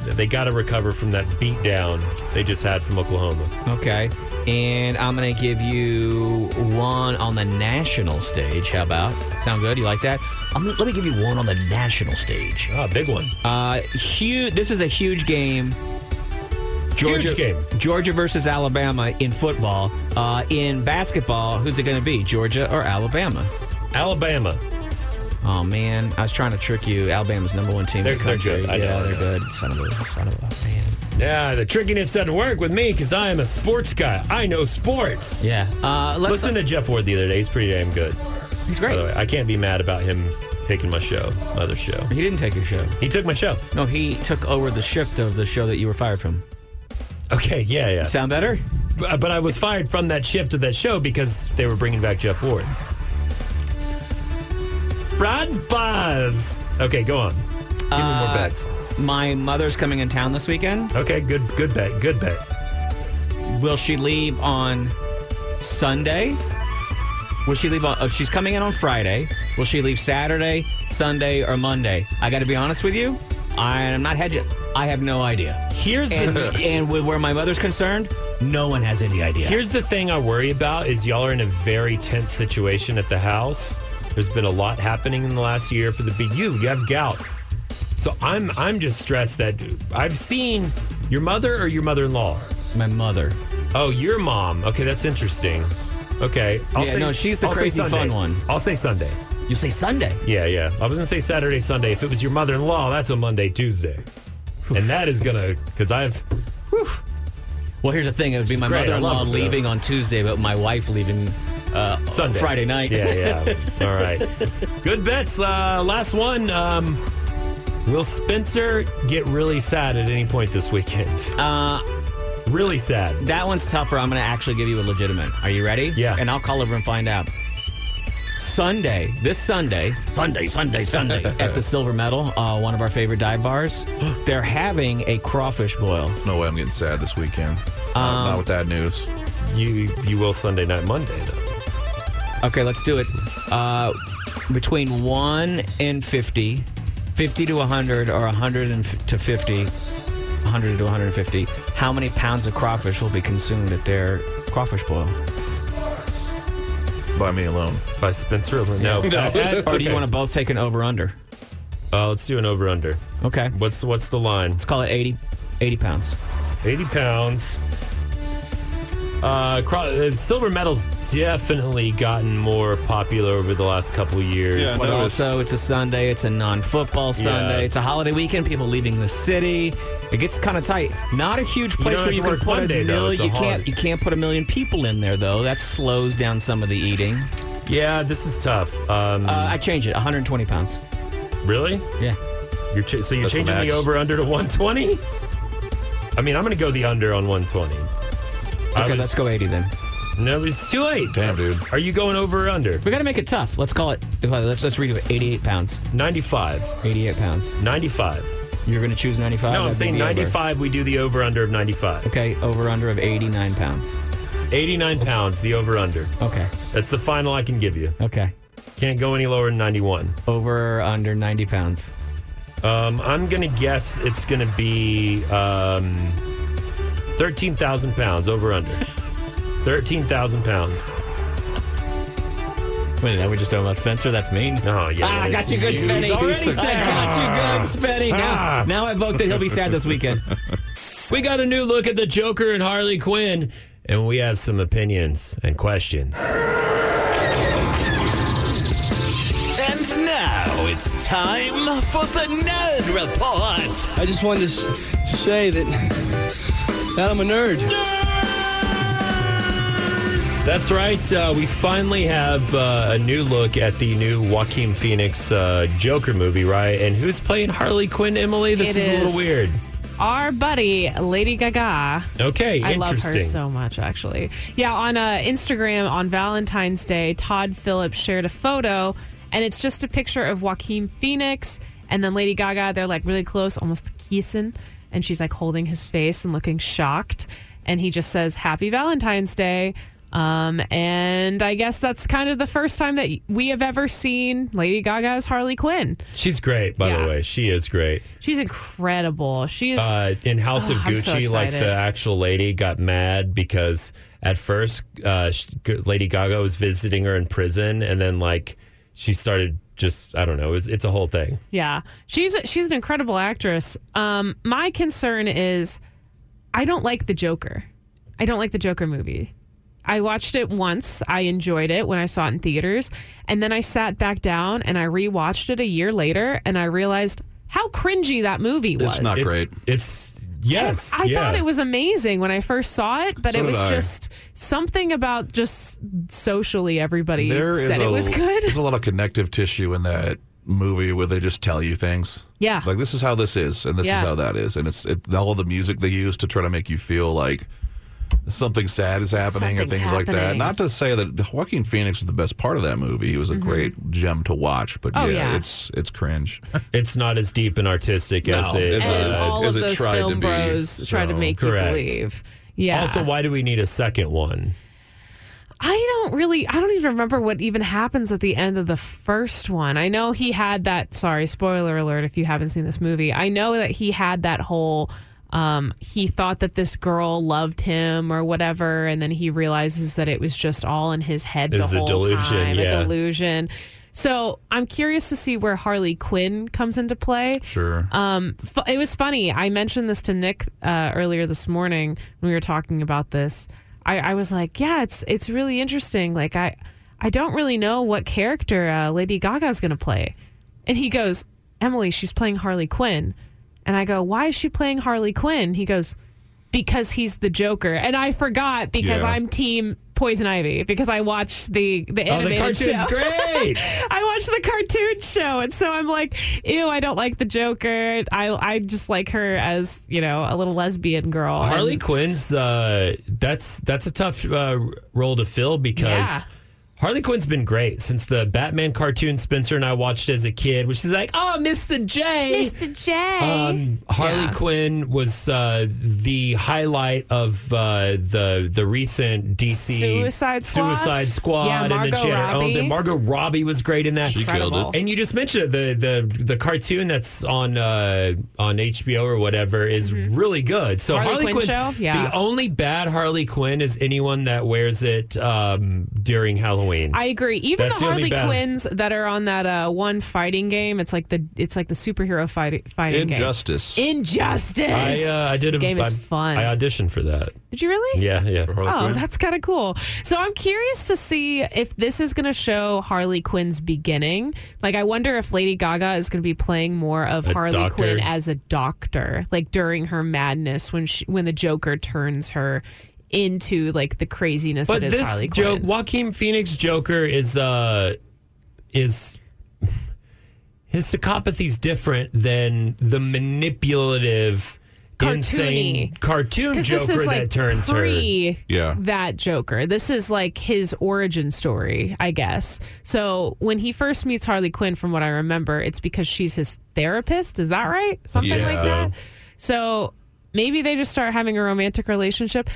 S2: They got to recover from that beatdown they just had from Oklahoma.
S6: Okay. And I'm going to give you one on the national stage. How about? Sound good? You like that? I'm, let me give you one on the national stage.
S2: Ah, big one.
S6: Uh, huge. This is a huge game. Georgia,
S2: game.
S6: Georgia versus Alabama in football. Uh, in basketball, who's it going to be? Georgia or Alabama?
S2: Alabama.
S6: Oh man, I was trying to trick you. Alabama's number one team.
S2: They're-
S6: in the
S2: they're
S6: country.
S2: good. I
S6: yeah,
S2: know, I
S6: they're
S2: know.
S6: good. Son of a, son of a man.
S2: Yeah, the trickiness doesn't work with me because I am a sports guy. I know sports.
S6: Yeah. Uh, let's
S2: Listen to Jeff Ward the other day. He's pretty damn good.
S6: He's
S2: By
S6: great.
S2: the way, I can't be mad about him taking my show, my other show.
S6: He didn't take your show.
S2: He took my show.
S6: No, he took over the shift of the show that you were fired from.
S2: Okay, yeah, yeah.
S6: Sound better?
S2: But but I was fired from that shift of that show because they were bringing back Jeff Ward. Brad's buzz. Okay, go on. Give me
S6: Uh,
S2: more bets.
S6: My mother's coming in town this weekend.
S2: Okay, good, good bet, good bet.
S6: Will she leave on Sunday? Will she leave on? Oh, she's coming in on Friday. Will she leave Saturday, Sunday, or Monday? I got to be honest with you. I am not hedging. I have no idea.
S2: Here's (laughs)
S6: And,
S2: the
S6: and with where my mother's concerned, no one has any idea.
S2: here's the thing I worry about is y'all are in a very tense situation at the house. There's been a lot happening in the last year for the BU. You have gout. So I'm I'm just stressed that I've seen your mother or your mother-in-law.
S6: my mother.
S2: Oh, your mom. Okay, that's interesting. Okay. I'll
S6: Yeah, no, she's the
S2: say
S6: crazy
S2: Sunday.
S6: fun one.
S2: I'll say Sunday.
S6: You say Sunday.
S2: Yeah, yeah. I was gonna say Saturday, Sunday. If it was your mother-in-law, that's a Monday, Tuesday, and that is gonna because I've
S6: Well, here's the thing. It would be my
S2: great. I
S6: mother-in-law
S2: love it, though.
S6: leaving on Tuesday, but my wife leaving uh,
S2: Sunday,
S6: Friday night.
S2: Yeah, yeah. All
S6: (laughs)
S2: right. Good bets. Uh, last one. Um, will Spencer get really sad at any point this weekend?
S6: Uh,
S2: Really sad.
S6: That one's tougher. I'm going to actually give you a legitimate. Are you ready?
S2: Yeah.
S6: And I'll call over and find out. Sunday, this Sunday, Sunday, Sunday, Sunday, (laughs) at the Silver Medal, uh, one of our favorite dive (gasps) bars, they're having a crawfish boil.
S3: No way I'm getting sad this weekend. Not- not with that news.
S2: You you will Sunday night, Monday though.
S6: Okay, let's do it. Uh, between 1 and 50, 50 to 100, or 100 and f- to 50, 100 to 150, how many pounds of crawfish will be consumed at their crawfish boil?
S3: By me alone.
S2: By Spencer or no?
S6: (laughs) Or do you want to both take an over under?
S2: Uh, let's do an over under.
S6: Okay.
S2: What's what's the line?
S6: Let's call it 80, 80 pounds.
S2: 80 pounds. Uh, cro- uh, silver medal's definitely gotten more popular over the last couple of years.
S3: Yeah,
S6: But
S3: Noticed.
S6: also, it's a Sunday. It's a non-football Sunday. It's a holiday weekend. People leaving the city. It gets kind of tight. Not a huge place
S2: don't
S6: where
S2: have
S6: you
S2: to
S6: can
S2: work
S6: put
S2: Monday,
S6: a
S2: though.
S6: million.
S2: It's a
S6: You can't.
S2: holiday.
S6: You can't put a million people in there though. That slows down some of the eating.
S2: Mm. Yeah, this is tough. Um,
S6: Uh, I change it. 120 pounds.
S2: really?
S6: Yeah.
S2: You're ch- so you're
S3: That's the
S2: changing the,
S3: max.
S2: over under to 120? I mean, I'm going to go the under on 120. I
S6: Okay,
S2: was-
S6: let's go 80 then.
S2: No, it's too late.
S3: Damn, dude.
S2: Are you going over or under?
S6: We got to make it tough. Let's call it. Let's let's redo it. 88 pounds.
S2: 95.
S6: 88 pounds.
S2: 95.
S6: You're gonna choose 95.
S2: No, I'm
S6: That'd be
S2: saying
S6: the over.
S2: 95. We do the over under of 95.
S6: Okay, over under of 89 pounds.
S2: 89 pounds, the over under.
S6: Okay.
S2: That's the final I can give you.
S6: Okay.
S2: Can't go any lower than 91.
S6: Over under 90 pounds.
S2: Um, I'm gonna guess it's gonna be um, thirteen thousand pounds over under. (laughs) Thirteen thousand pounds.
S6: Wait, now we're just talking about Spencer? That's mean.
S2: Oh yeah.
S6: Ah, I got you good, Spenny.
S2: He's already said-
S6: got you good, Spenny. Now, now I vote that he'll be sad
S9: (laughs)
S6: this weekend.
S2: We got a new look at the Joker and Harley Quinn, and we have some opinions and questions.
S7: And now it's time for the Nerd Report.
S10: I just wanted to s- say that that I'm a nerd.
S2: That's right. Uh, we finally have uh, a new look at the new Joaquin Phoenix uh, Joker movie, right? And who's playing Harley Quinn, Emily? This
S4: It
S2: is a little
S4: is-
S2: weird.
S4: Our buddy, Lady Gaga.
S2: Okay,
S4: I
S2: interesting.
S4: love her so much, actually. Yeah, on uh, Instagram on Valentine's Day, Todd Phillips shared a photo, and it's just a picture of Joaquin Phoenix and then Lady Gaga. They're like really close, almost kissing, and she's like holding his face and looking shocked. And he just says, "Happy Valentine's Day." Um, and I guess that's kind of the first time that we have ever seen Lady Gaga as Harley Quinn.
S2: She's great, by
S4: Yeah.
S2: the way. She is great.
S4: She's incredible. She is
S2: uh, in House of
S4: Oh, I'm so
S2: Gucci, like the
S4: excited.
S2: actual lady got mad because at first uh, sh G- Lady Gaga was visiting her in prison, and then like she started just I don't know. It's, it's a whole thing.
S4: Yeah, she's she's an incredible actress. Um, my concern is, I don't like the Joker. I don't like the Joker movie. I watched it once. I enjoyed it when I saw it in theaters. And then I sat back down and I rewatched it a year later and I realized how cringy that movie was.
S3: It's not
S2: It's-
S3: great.
S2: It's yes.
S4: I
S2: yeah.
S4: thought it was amazing when I first saw it, but
S3: So
S4: it was
S3: did I.
S4: just something about just socially everybody
S3: There is
S4: said
S3: a,
S4: it was good.
S3: There's a lot of connective tissue in that movie where they just tell you things.
S4: Yeah.
S3: Like this is how this is, and this
S4: Yeah.
S3: is how that is, and it's it, all the music they use to try to make you feel like something sad is happening or
S4: Something's
S3: things like that.
S4: happening.
S3: Not to say that Joaquin Phoenix was the best part of that movie. He was a great gem to watch, but
S4: Mm-hmm. Oh,
S3: yeah,
S4: yeah.
S3: it's it's
S4: (laughs)
S3: cringe.
S2: It's not as deep and artistic as
S3: No,
S2: it.
S3: it's
S4: As
S3: uh,
S4: all
S3: as
S4: of
S3: it
S4: those
S3: tried to
S4: film
S3: be,
S4: bros try to
S3: so-
S4: make
S2: Correct.
S4: you believe. Yeah.
S2: Also, why do we need a second one?
S4: I don't really, I don't even remember what even happens at the end of the first one. I know he had that, sorry, spoiler alert if you haven't seen this movie. I know that he had that whole, um, he thought that this girl loved him or whatever, and then he realizes that it was just all in his head
S2: It
S4: the
S2: was a
S4: whole
S2: delusion,
S4: time,
S2: yeah.
S4: a delusion. So I'm curious to see where Harley Quinn comes into play.
S3: Sure.
S4: Um, f- it was funny. I mentioned this to Nick uh, earlier this morning when we were talking about this. I, I was like, "Yeah, it's it's really interesting." Like, I I don't really know what character uh, Lady Gaga's going to play, and he goes, "Emily, she's playing Harley Quinn," and I go, "Why is she playing Harley Quinn?" He goes, "Because he's the Joker," and I forgot because
S3: Yeah.
S4: I'm Team Poison Ivy because I watched the the
S2: Oh, the
S4: animated
S2: cartoon's
S4: (laughs) show.
S2: great.
S4: I watched the cartoon show, and so I'm like, ew, I don't like the Joker. I I just like her as you know a little lesbian girl.
S2: Harley
S4: And-
S2: Quinn's uh, that's that's a tough uh, role to fill because
S4: Yeah.
S2: Harley Quinn's been great since the Batman cartoon Spencer and I watched as a kid, which is like, oh, Mr. J.
S4: Mr. J.
S2: Um, Harley
S4: Yeah.
S2: Quinn was uh, the highlight of uh, the the recent DC
S4: Suicide Squad?
S2: Suicide Squad,
S4: Yeah,
S2: and then she
S4: Margot
S2: had her own
S4: Robbie.
S2: thing. Margot Robbie was great in that.
S3: She killed
S4: Incredible.
S3: it.
S2: And you just mentioned it, the the the cartoon that's on uh, on HBO or whatever is really good. So
S4: Mm-hmm. Harley
S2: Harley,
S4: Quinn show? Yeah.
S2: The only bad Harley Quinn is anyone that wears it um, during Halloween.
S4: I agree. Even
S2: That's
S4: the
S2: the only
S4: Harley
S2: bad.
S4: Quinns that are on that uh, one fighting game. It's like the it's like the superhero fight, fighting
S3: Injustice.
S4: game. Injustice.
S2: I, uh, I did a
S4: The game is
S2: I-
S4: fun.
S2: I auditioned for that.
S4: Did you really?
S2: Yeah, yeah.
S4: Oh, that's kind of cool. So I'm curious to see if this is going to show Harley Quinn's beginning. Like, I wonder if Lady Gaga is going to be playing more of
S2: A
S4: Harley
S2: doctor.
S4: Quinn as a doctor, like during her madness when she, when the Joker turns her into like the craziness
S2: but
S4: that is
S2: this
S4: Harley
S2: joke,
S4: Quinn.
S2: Joaquin Phoenix Joker is uh is his psychopathy's different than the manipulative, insane
S4: Cartoony.
S2: cartoon
S4: Because
S2: Joker
S4: this is
S2: that
S4: like
S2: turns her.
S4: pre
S3: Yeah.
S4: that Joker. This is like his origin story, I guess. So when he first meets Harley Quinn, from what I remember, it's because she's his therapist. Is that right? Something
S3: Yeah.
S4: like that. So maybe they just start having a romantic relationship.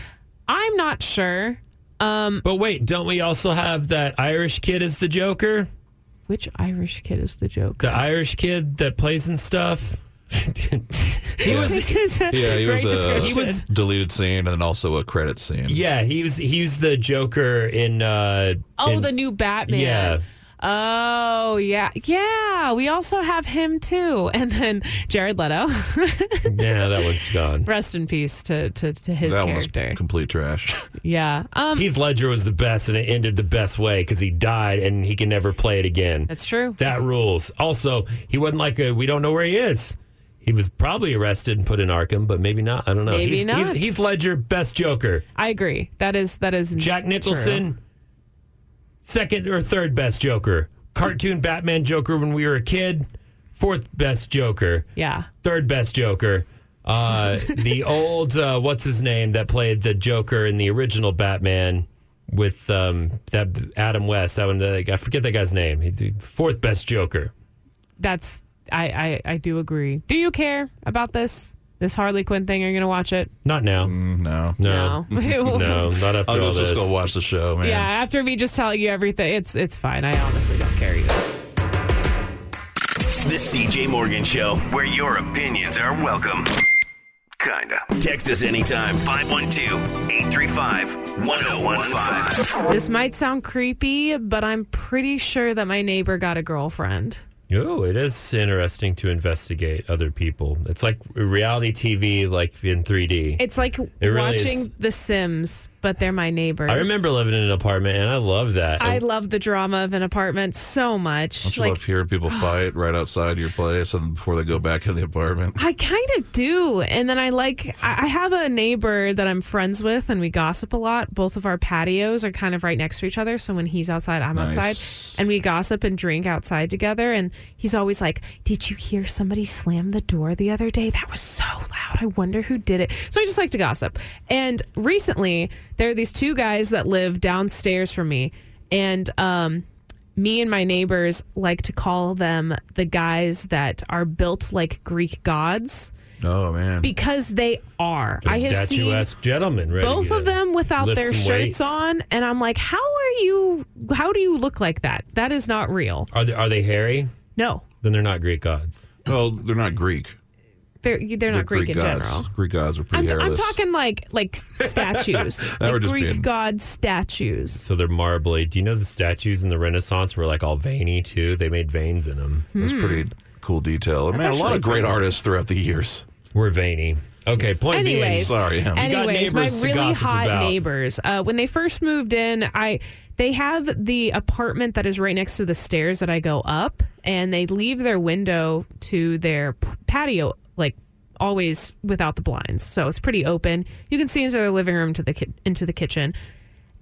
S4: I'm not sure. Um,
S2: But wait, don't we also have that Irish kid as the Joker?
S4: which Irish kid is the Joker?
S2: The Irish kid that plays and stuff. (laughs) he was
S4: (laughs) This is a
S3: yeah, he was
S4: great
S3: a
S4: description.
S2: He was-
S3: deleted scene and then also a credit scene.
S2: Yeah, he was he was the Joker in uh
S4: oh,
S2: in-
S4: the new Batman.
S2: Yeah.
S4: Oh yeah, yeah. We also have him too, and then Jared Leto. (laughs)
S2: Yeah, that one's gone.
S4: Rest in peace to to, to his
S3: that one was
S4: character.
S3: complete trash. (laughs)
S4: Yeah. Um
S2: Heath Ledger was the best, and it ended the best way because he died, and he can never play it again.
S4: that's true.
S2: That rules. Also, he wasn't like a, we don't know where he is. He was probably arrested and put in Arkham, but maybe not. I don't know.
S4: Maybe
S2: Heath,
S4: not.
S2: Heath, Heath Ledger, best Joker.
S4: I agree. That is that is
S2: Jack Nicholson, second or third best Joker. Cartoon Batman Joker when we were a kid, fourth best Joker.
S4: Yeah.
S2: Third best Joker.
S4: (laughs)
S2: Uh, the old uh, what's his name that played the Joker in the original Batman with um, that Adam West. That one, that, I forget that guy's name. He, the fourth best Joker.
S4: That's I, I I do agree. Do you care about this? This Harley Quinn thing? Are you gonna watch it?
S2: Not now.
S3: no.
S2: No.
S4: No.
S2: (laughs) No, not after
S3: I'll
S2: all
S3: just,
S2: this.
S3: just go watch the show, man.
S4: (laughs) Yeah. After me just telling you everything, it's it's fine. I honestly don't care either.
S7: The CJ Morgan Show, where your opinions are welcome. Kinda. Text us anytime, 512 835 1015.
S4: This might sound creepy, but I'm pretty sure that my neighbor got a girlfriend.
S2: Oh, it is interesting to investigate other people. It's like reality TV, like in 3D.
S4: It's like
S2: It really
S4: watching
S2: is.
S4: The Sims, but they're my neighbors.
S2: I remember living in an apartment, and I love that.
S4: I
S2: And
S4: love the drama of an apartment so much.
S3: Don't you love hearing
S4: (sighs)
S3: people fight right outside your place and before they go back in the
S4: (laughs)
S3: apartment?
S4: I kind of do. And then I like, I I have a neighbor that I'm friends with and we gossip a lot. Both of our patios are kind of right next to each other. So when he's outside, I'm
S3: Nice.
S4: outside. And we gossip and drink outside together. And he's always like, Did you hear somebody slam the door the other day? That was so loud. I wonder who did it. So I just like to gossip. And recently, there are these two guys that live downstairs from me. And, um, me and my neighbors like to call them the guys that are built like Greek gods
S3: Oh, man.
S4: because they are.
S2: a
S4: I have seen
S2: statuesque gentleman, ready
S4: both
S2: to
S4: of them without
S2: lift
S4: their
S2: some
S4: shirts
S2: weights.
S4: on, and I'm like, how are you? How do you look like that? That is not real.
S2: Are they, are they hairy?
S4: No,
S2: Then they're not Greek gods.
S3: well, they're not Greek.
S4: they're they're
S3: They're
S4: not Greek, in
S3: gods.
S4: general.
S3: Greek gods are pretty
S4: I'm, I'm
S3: hairless.
S4: talking like
S3: (laughs)
S4: like statues,
S3: Now
S4: like
S3: we're just
S4: Greek
S3: being-
S4: god statues.
S2: So they're marbly. Do you know the statues in the Renaissance were like all veiny too? They made veins in them.
S3: That's pretty cool detail. man, a lot
S4: hmm. actually
S3: of great
S4: cool.
S3: artists throughout the years.
S2: We're veiny. Okay, point being.
S4: Anyways,
S3: Sorry, Em.
S2: You got
S4: Anyways, my
S2: neighbors to
S4: really
S2: gossip
S4: hot
S2: about.
S4: neighbors. Uh, when they first moved in, I they have the apartment that is right next to the stairs that I go up, and they leave their window to their p- patio like always without the blinds, so it's pretty open. You can see into their living room to the ki- into the kitchen.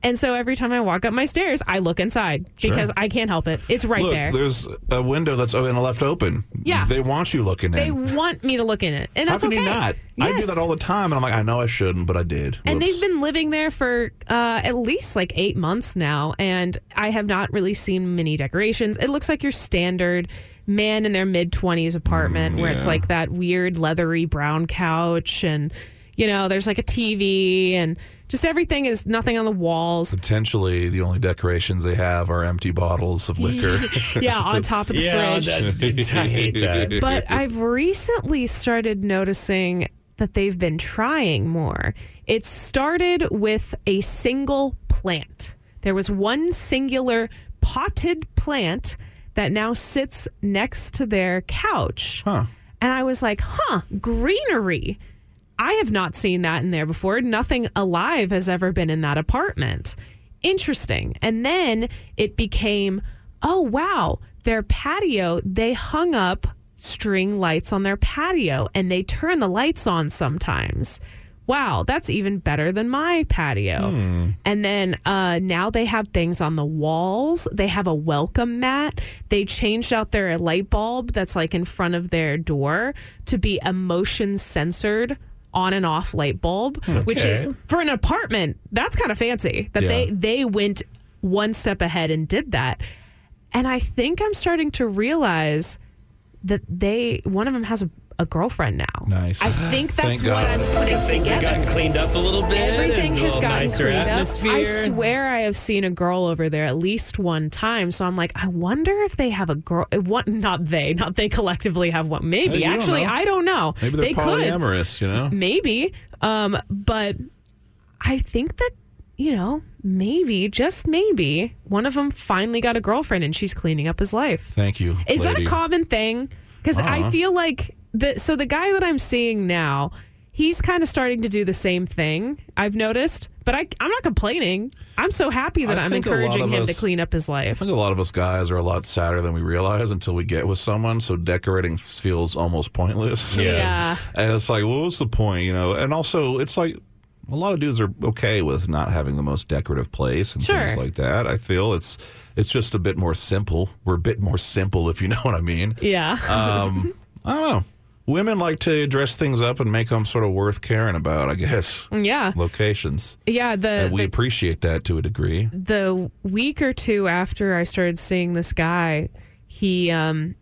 S4: And so every time I walk up my stairs, I look inside because I can't help it. It's right
S3: Look,
S4: there.
S3: there's a window that's open and left open.
S4: Yeah.
S3: They want you looking
S4: They
S3: in.
S4: want me to look in it, and
S3: How
S4: that's
S3: can
S4: okay.
S3: you not? I do
S4: Yes.
S3: that all the time, and I'm like, I know I shouldn't, but I did.
S4: And
S3: Whoops.
S4: they've been living there for uh, at least like eight months now, and I have not really seen many decorations. It looks like your standard man in their mid 20s apartment where it's
S3: yeah.
S4: like that weird leathery brown couch, and you know, there's like a TV, and just everything is nothing on the walls.
S3: Potentially, the only decorations they have are empty bottles of liquor.
S4: (laughs)
S3: (laughs)
S4: yeah, on top of the
S2: Yeah,
S4: fridge.
S2: that, (laughs) I hate that.
S4: but I've recently started noticing that they've been trying more. It started with a single plant. There was one singular potted plant that now sits next to their couch. And I was like, huh, greenery. I have not seen that in there before. Nothing alive has ever been in that apartment. Interesting. And then it became, oh, wow, their patio, they hung up string lights on their patio and they turn the lights on sometimes. Wow, that's even better than my patio. And then uh, now they have things on the walls. They have a welcome mat. They changed out their light bulb that's like in front of their door to be a motion censored on and off light bulb, which is
S2: Okay.
S4: for an apartment. That's kind of fancy that they
S3: Yeah.
S4: they went one step ahead and did that. And I think I'm starting to realize that they one of them has a, a girlfriend now.
S3: Nice.
S4: I think
S3: Thank
S4: that's what
S3: God.
S4: I'm putting
S2: Things have
S4: together.
S2: gotten cleaned up a little bit.
S4: Everything
S2: and a
S4: has
S2: little
S4: gotten
S2: nicer
S4: cleaned
S2: atmosphere.
S4: up. I swear I have seen a girl over there at least one time. So I'm like, I wonder if they have a girl. eh, What? Not they. Not they collectively have one.
S3: Hey,
S4: Maybe.
S3: you don't
S4: Actually,
S3: know.
S4: I don't know.
S3: Maybe they're
S4: they could. Mm.
S3: polyamorous, you know?
S4: Maybe. Um, but I think that you know, maybe just maybe one of them finally got a girlfriend and she's cleaning up his life.
S3: Thank you.
S4: Is that a
S3: lady. Uh-huh.
S4: common thing? Because I feel like the so the guy that I'm seeing now, he's kind of starting to do the same thing. I've noticed, but I I'm not complaining. I'm so happy that
S3: I
S4: I am
S3: think a lot
S4: encouraging
S3: of
S4: him to
S3: us-
S4: clean up his life.
S3: I think a lot of us guys are a lot sadder than we realize until we get with someone. So decorating feels almost pointless.
S2: Yeah.
S4: Yeah.
S3: (laughs) And it's like, well, what's the point, you know? And also, it's like a lot of dudes are okay with not having the most decorative place and
S4: Sure.
S3: things like that. I feel it's it's just a bit more simple. We're a bit more simple, if you (laughs) know what I mean.
S4: Yeah.
S3: Um, I don't know. Women like to dress things up and make them sort of worth caring about, I guess.
S4: (laughs) yeah.
S3: Locations.
S4: Yeah. The,
S3: And we
S4: the
S3: appreciate that to a degree.
S4: the week or two after I started seeing this guy, he um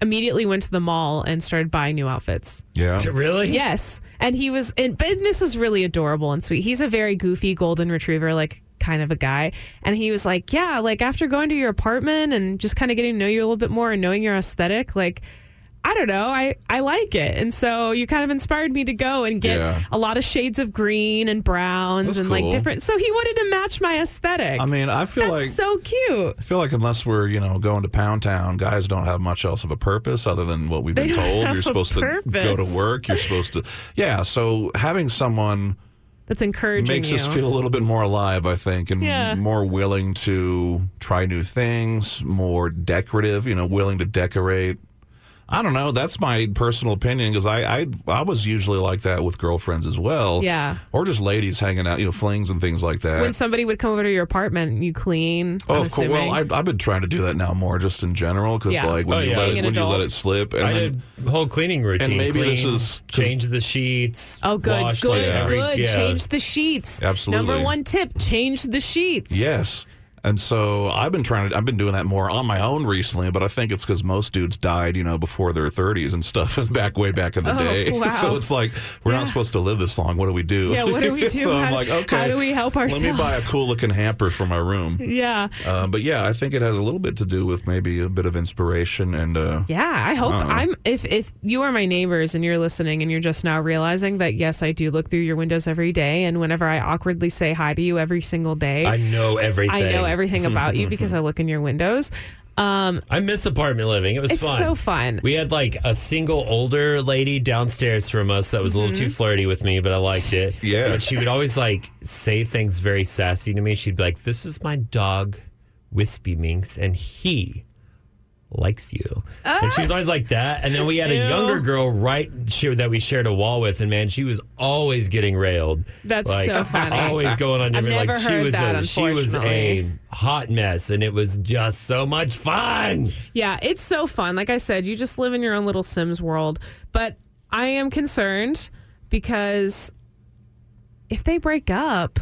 S4: immediately went to the mall and started buying new outfits. (laughs)
S3: Yeah.
S2: Really?
S4: Yes, and he was in. But this was really adorable and sweet. He's a very goofy golden retriever, like kind of a guy. And he was like, "Yeah, like after going to your apartment and just kind of getting to know you a little bit more and knowing your aesthetic, like." I don't know. I, I like it. And so you kind of inspired me to go and get
S3: Yeah.
S4: a lot of shades of green and browns
S3: That's
S4: and
S3: cool.
S4: like different. So he wanted to match my aesthetic.
S3: I mean, I feel
S4: That's
S3: like
S4: so cute.
S3: I feel like unless we're you know going to Pound Town, guys don't have much else of a purpose other than what we've
S4: They
S3: been
S4: don't
S3: told.
S4: have
S3: You're
S4: a
S3: supposed to go
S4: purpose.
S3: to work. You're supposed to, yeah. So having someone
S4: that's encouraging
S3: makes
S4: you.
S3: us feel a little bit more alive, I think, and
S4: Yeah.
S3: more willing to try new things, more decorative, you know, willing to decorate. I don't know. That's my personal opinion because I, I I was usually like that with girlfriends as well.
S4: Yeah.
S3: Or just ladies hanging out, you know, flings and things like that.
S4: when somebody would come over to your apartment, you clean.
S3: Oh,
S4: I'm
S3: of course. Well, I,
S4: assuming.
S3: I've been trying to do that now more, just in general, because
S4: Yeah.
S3: like when
S2: Oh,
S3: you
S2: yeah.
S3: let
S2: Being
S3: it,
S4: an
S3: when you let
S4: adult.
S3: it slip, and
S2: I
S3: then
S2: did whole cleaning routine.
S3: maybe this
S2: clean,
S3: is 'cause-
S2: change the sheets.
S4: Oh, good,
S2: wash,
S4: good,
S2: like, every-
S4: good.
S2: yeah.
S4: Change the sheets.
S3: Absolutely.
S4: Number one tip: change the sheets.
S3: Yes. And so I've been trying to, I've been doing that more on my own recently, but I think it's because most dudes died, you know, before their 30s and stuff (laughs) back way back in the
S4: Oh,
S3: day. (laughs)
S4: wow.
S3: So it's like, we're
S4: Yeah.
S3: not supposed to live this long. What do we do?
S4: Yeah, what do
S3: (laughs)
S4: we do?
S3: so I'm
S4: How-
S3: like,
S4: how
S3: okay.
S4: do we help
S3: Let me buy a
S4: ourselves?
S3: cool looking hamper for my
S4: (laughs)
S3: room.
S4: Yeah.
S3: Uh, but yeah, I think it has a little bit to do with maybe a bit of inspiration and, uh,
S4: Yeah, I hope
S2: Uh-huh.
S3: Uh-uh.
S4: I'm if if you are my neighbors and you're listening and you're just now realizing that yes, I do look through your windows every day and whenever I awkwardly say hi to you every single day,
S2: I know everything.
S4: I know everything about
S2: (laughs)
S4: you because I look in your windows. Um
S2: I miss apartment living. It was
S4: It's
S2: fun.
S4: so fun.
S2: We had like a single older lady downstairs from us that was a little
S4: Mm-hmm.
S2: too flirty with me, but I liked
S4: (laughs)
S2: it.
S3: Yeah.
S2: But she would always like say things very sassy to me. She'd be like, This is my dog, Wispy Minx, and he likes you. And she was always like that. And then we had a
S4: Ah. Ew.
S2: younger girl right she, that we shared a wall with, and man, she was always getting railed.
S4: That's
S2: like, (laughs)
S4: so funny.
S2: Always going on
S4: I've
S2: different like
S4: never
S2: she
S4: heard
S2: was
S4: that,
S2: a she was a
S4: unfortunately.
S2: hot mess and it was just so much fun.
S4: yeah, it's so fun. Like I said, you just live in your own little Sims world, but I am concerned because if they break up,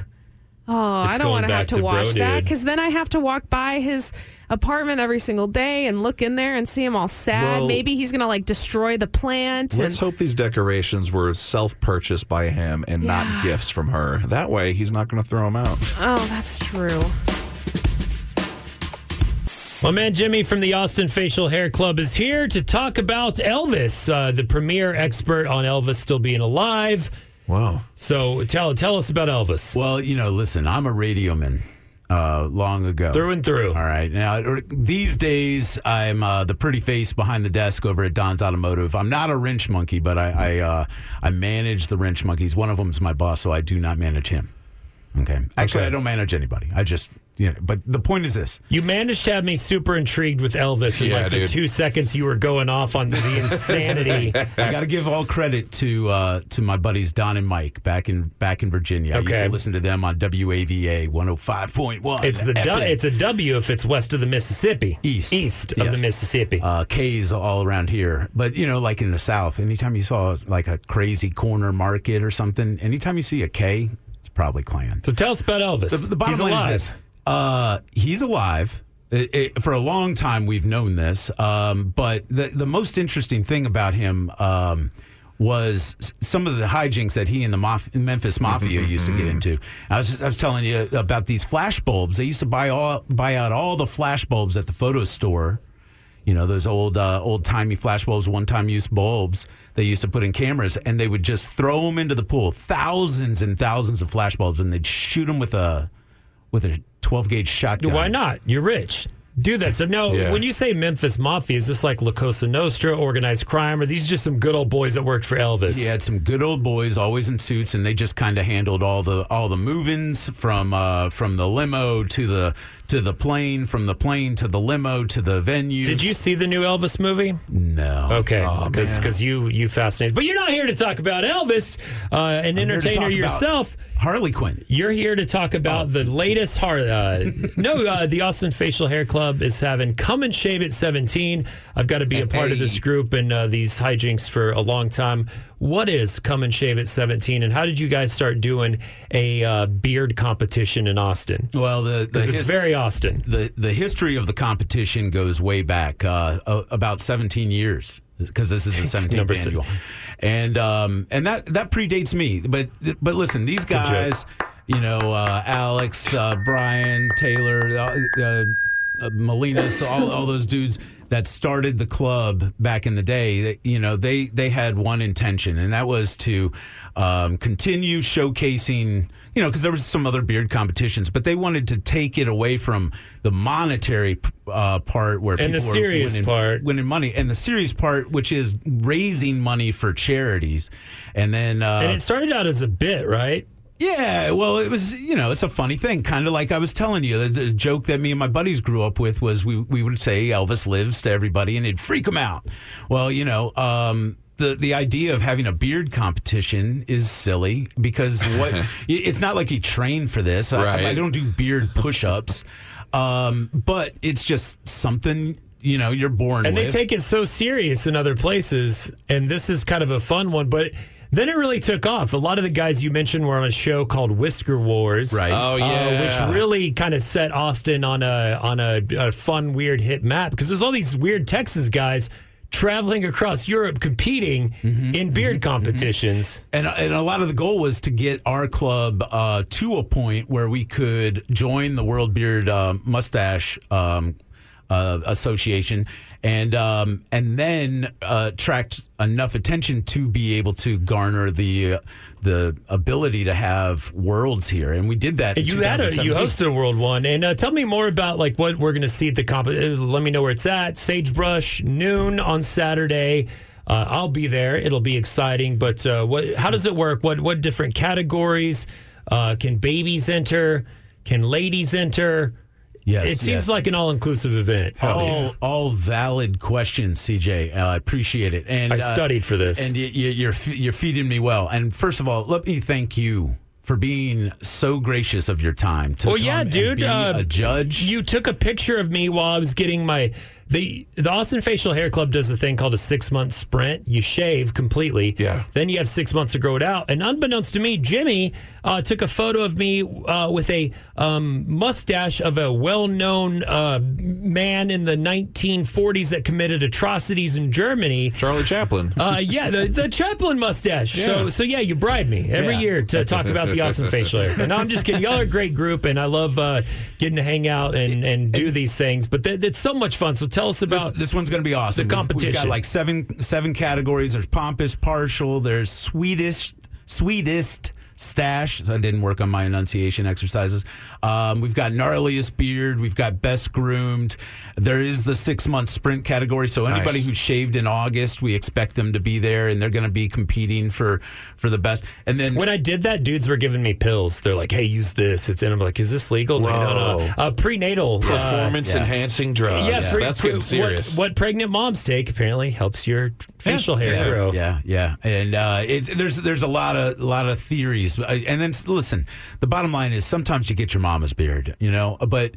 S4: Oh,
S2: It's
S4: I don't
S2: going
S4: want to have
S2: back
S4: to,
S2: to bro
S4: watch that
S2: dude.
S4: because then I have to walk by his apartment every single day and look in there and see him all sad.
S3: Well-
S4: Maybe he's gonna like destroy the plant.
S3: Let's
S4: And
S3: hope these decorations were self purchased by him and
S4: Yeah.
S3: not gifts from her. That way, he's not going to throw them out.
S4: oh, that's true.
S2: My man Jimmy from the Austin Facial Hair Club is here to talk about Elvis, uh, the premier expert on Elvis still being alive.
S3: Wow.
S2: So tell tell us about Elvis
S11: Well, you know, listen, I'm a radioman uh, long ago.
S2: through and through.
S11: All right. Now, these days, I'm uh, the pretty face behind the desk over at Don's Automotive. I'm not a wrench monkey, but I I, uh, I manage the wrench monkeys. One of them's my boss, so I do not manage him. Okay. Actually,
S2: Okay.
S11: I don't manage anybody. I just, you know, but the point is this.
S2: You managed to have me super intrigued with Elvis in
S3: Yeah,
S2: like the
S3: dude.
S2: two seconds you were going off on
S11: (laughs)
S2: the insanity.
S11: I got to give all credit to uh, to my buddies Don and Mike back in back in Virginia. I used
S2: Okay.
S11: to listen to them on WAVA 105.1.
S2: It's the du-
S11: FM.
S2: it's a W if it's west of the Mississippi,
S11: East.
S2: east of
S11: Yes.
S2: the Mississippi.
S11: uh, K's all around here. But you know, like in the South, anytime you saw like a crazy corner market or something, anytime you see a K, it's probably Klan.
S2: so tell us about Elvis.
S11: The, the bottom
S2: He's
S11: line
S2: alive.
S11: is this: uh, he's alive. It- it- for a long time, we've known this. Um, but the the most interesting thing about him. Um, was s- some of the hijinks that he and the Mof-
S2: Mm-hmm,
S11: Memphis Mafia used to get into? I was I was telling you about these flash bulbs. They used to buy all buy out all the flash bulbs at the photo store you know those old uh, old timey flash bulbs, one time use bulbs they used to put in cameras, and they would just throw them into the pool, thousands and thousands of flash bulbs, and they'd shoot them with a with a twelve gauge shotgun.
S2: Why not? You're rich. Do that. So now,
S3: Yeah.
S2: when you say Memphis Mafia, is this like La Cosa Nostra, organized crime, or these just some good old boys that worked for Elvis?
S11: He had some good old boys, always in suits, and they just kind of handled all the all the move-ins from uh, from the limo to the to the plane, from the plane to the limo to the venue.
S2: Did you see the new Elvis movie?
S11: No.
S2: Okay, because you you fascinate. But you're not here to talk about Elvis, uh, an
S11: here to
S2: entertainer
S11: talk about-
S2: yourself.
S11: Harley Quinn.
S2: You're here to talk about the latest heart. Uh, (laughs) no, uh, the Austin Facial Hair Club is having Come and Shave at 17. I've got to be a part of this group and uh, these hijinks for a long time. What is Come and Shave at 17, and how did you guys start doing a uh, beard competition in Austin?
S11: Well, the, the
S2: Because it's
S11: his-
S2: very Austin.
S11: the the history of the competition goes way back uh, a- about 17 years because this is the 17th
S2: Number six.
S11: annual, and um, and that that predates me. But but listen, these
S2: joke.
S11: guys, you know, uh, Alex, uh, Brian, Taylor, uh, uh, uh, Molina, so all, all those dudes that started the club back in the day, that, you know, they they had one intention, and that was to um, continue showcasing, you know, because there was some other beard competitions, but they wanted to take it away from the monetary uh, part where
S2: And the
S11: people
S2: serious
S11: were winning,
S2: part.
S11: winning money, and the serious part, which is raising money for charities, and then uh,
S2: And it started out as a bit, right?
S11: Yeah, well, it was you know it's a funny thing, kind of like I was telling you the, the joke that me and my buddies grew up with was we we would say Elvis lives to everybody, and it'd freak them out. Well, you know. Um, the, the idea of having a beard competition is silly because
S2: (laughs)
S11: what it- it's not like he trained for this. I-
S3: Right.
S11: I, don't do beard push-ups, um, but it's just something you know you're born
S2: And
S11: with.
S2: they take it so serious in other places, and this is kind of a fun one, but then it really took off. A lot of the guys you mentioned were on a show called Whisker Wars,
S11: Right. Oh,
S2: uh,
S3: yeah.
S2: which really kind of set Austin on a on a, a fun, weird hit map because there's all these weird Texas guys traveling across Europe competing
S11: Mm-hmm.
S2: in beard competitions.
S11: and and a lot of the goal was to get our club uh, to a point where we could join the World Beard uh, Mustache um, uh, Association, and um, and then uh, attract enough attention to be able to garner the uh, the ability to have worlds here, and we did that. in
S2: You had a, you
S11: 2017.
S2: hosted a world one, and uh, tell me more about like what we're going to see at the comp. uh, Let me know where it's at. Sagebrush noon on Saturday. Uh, I'll be there. It'll be exciting. But uh, what? How does it work? What what different categories uh, can babies enter? Can ladies enter?
S11: Yes,
S2: it seems
S11: yes.
S2: like an all inclusive event.
S11: all all valid questions, CJ. Uh, I appreciate it. And
S2: I
S11: uh,
S2: studied for this.
S11: and you, you, you're fe- you're feeding me well. And first of all, let me thank you for being so gracious of your time to
S2: Well,
S11: come
S2: yeah,
S11: and
S2: dude,
S11: be
S2: uh,
S11: a judge.
S2: you took a picture of me while I was getting my the the Austin Facial Hair Club does a thing called a six month sprint. You shave completely,
S3: Yeah.
S2: Then you have six months to grow it out. And unbeknownst to me, Jimmy uh, took a photo of me uh, with a um, mustache of a well known uh, man in the 1940s that committed atrocities in Germany.
S3: Charlie Chaplin.
S2: Uh, yeah, the, the Chaplin mustache. So, so yeah, you bribe me every
S11: Yeah.
S2: year to talk about the awesome facial
S11: (laughs)
S2: hair. No, I'm just kidding. Y'all are a great group, and I love uh, getting to hang out and, and do these things. But th- it's so much fun. So tell us
S11: this,
S2: about
S11: this one's going to be awesome.
S2: the
S11: We've- We've, got
S2: competition.
S11: like seven seven categories. There's pompous, partial. There's sweetest, sweetest stash. So I didn't work on my enunciation exercises. Um, we've got gnarliest beard. We've got best groomed. There is the six month sprint category. So anybody
S3: Nice.
S11: who shaved in August, we expect them to be there, and they're going to be competing for for the best. And then
S2: When I did that, dudes were giving me pills. They're like, "Hey, use this." It's in. I'm like, "Is this legal?" Like, no, no.
S11: Whoa. Oh,
S2: Uh, prenatal uh,
S3: Performance enhancing drugs.
S2: yeah, pre-
S3: that's
S2: pre-
S3: getting serious.
S2: What, what pregnant moms take apparently helps your facial hair
S11: yeah,
S2: grow.
S11: Yeah, yeah, and uh, it's there's there's a lot of lot of theories, Uh, and then s- listen. The bottom line is sometimes you get your mama's beard, you know. But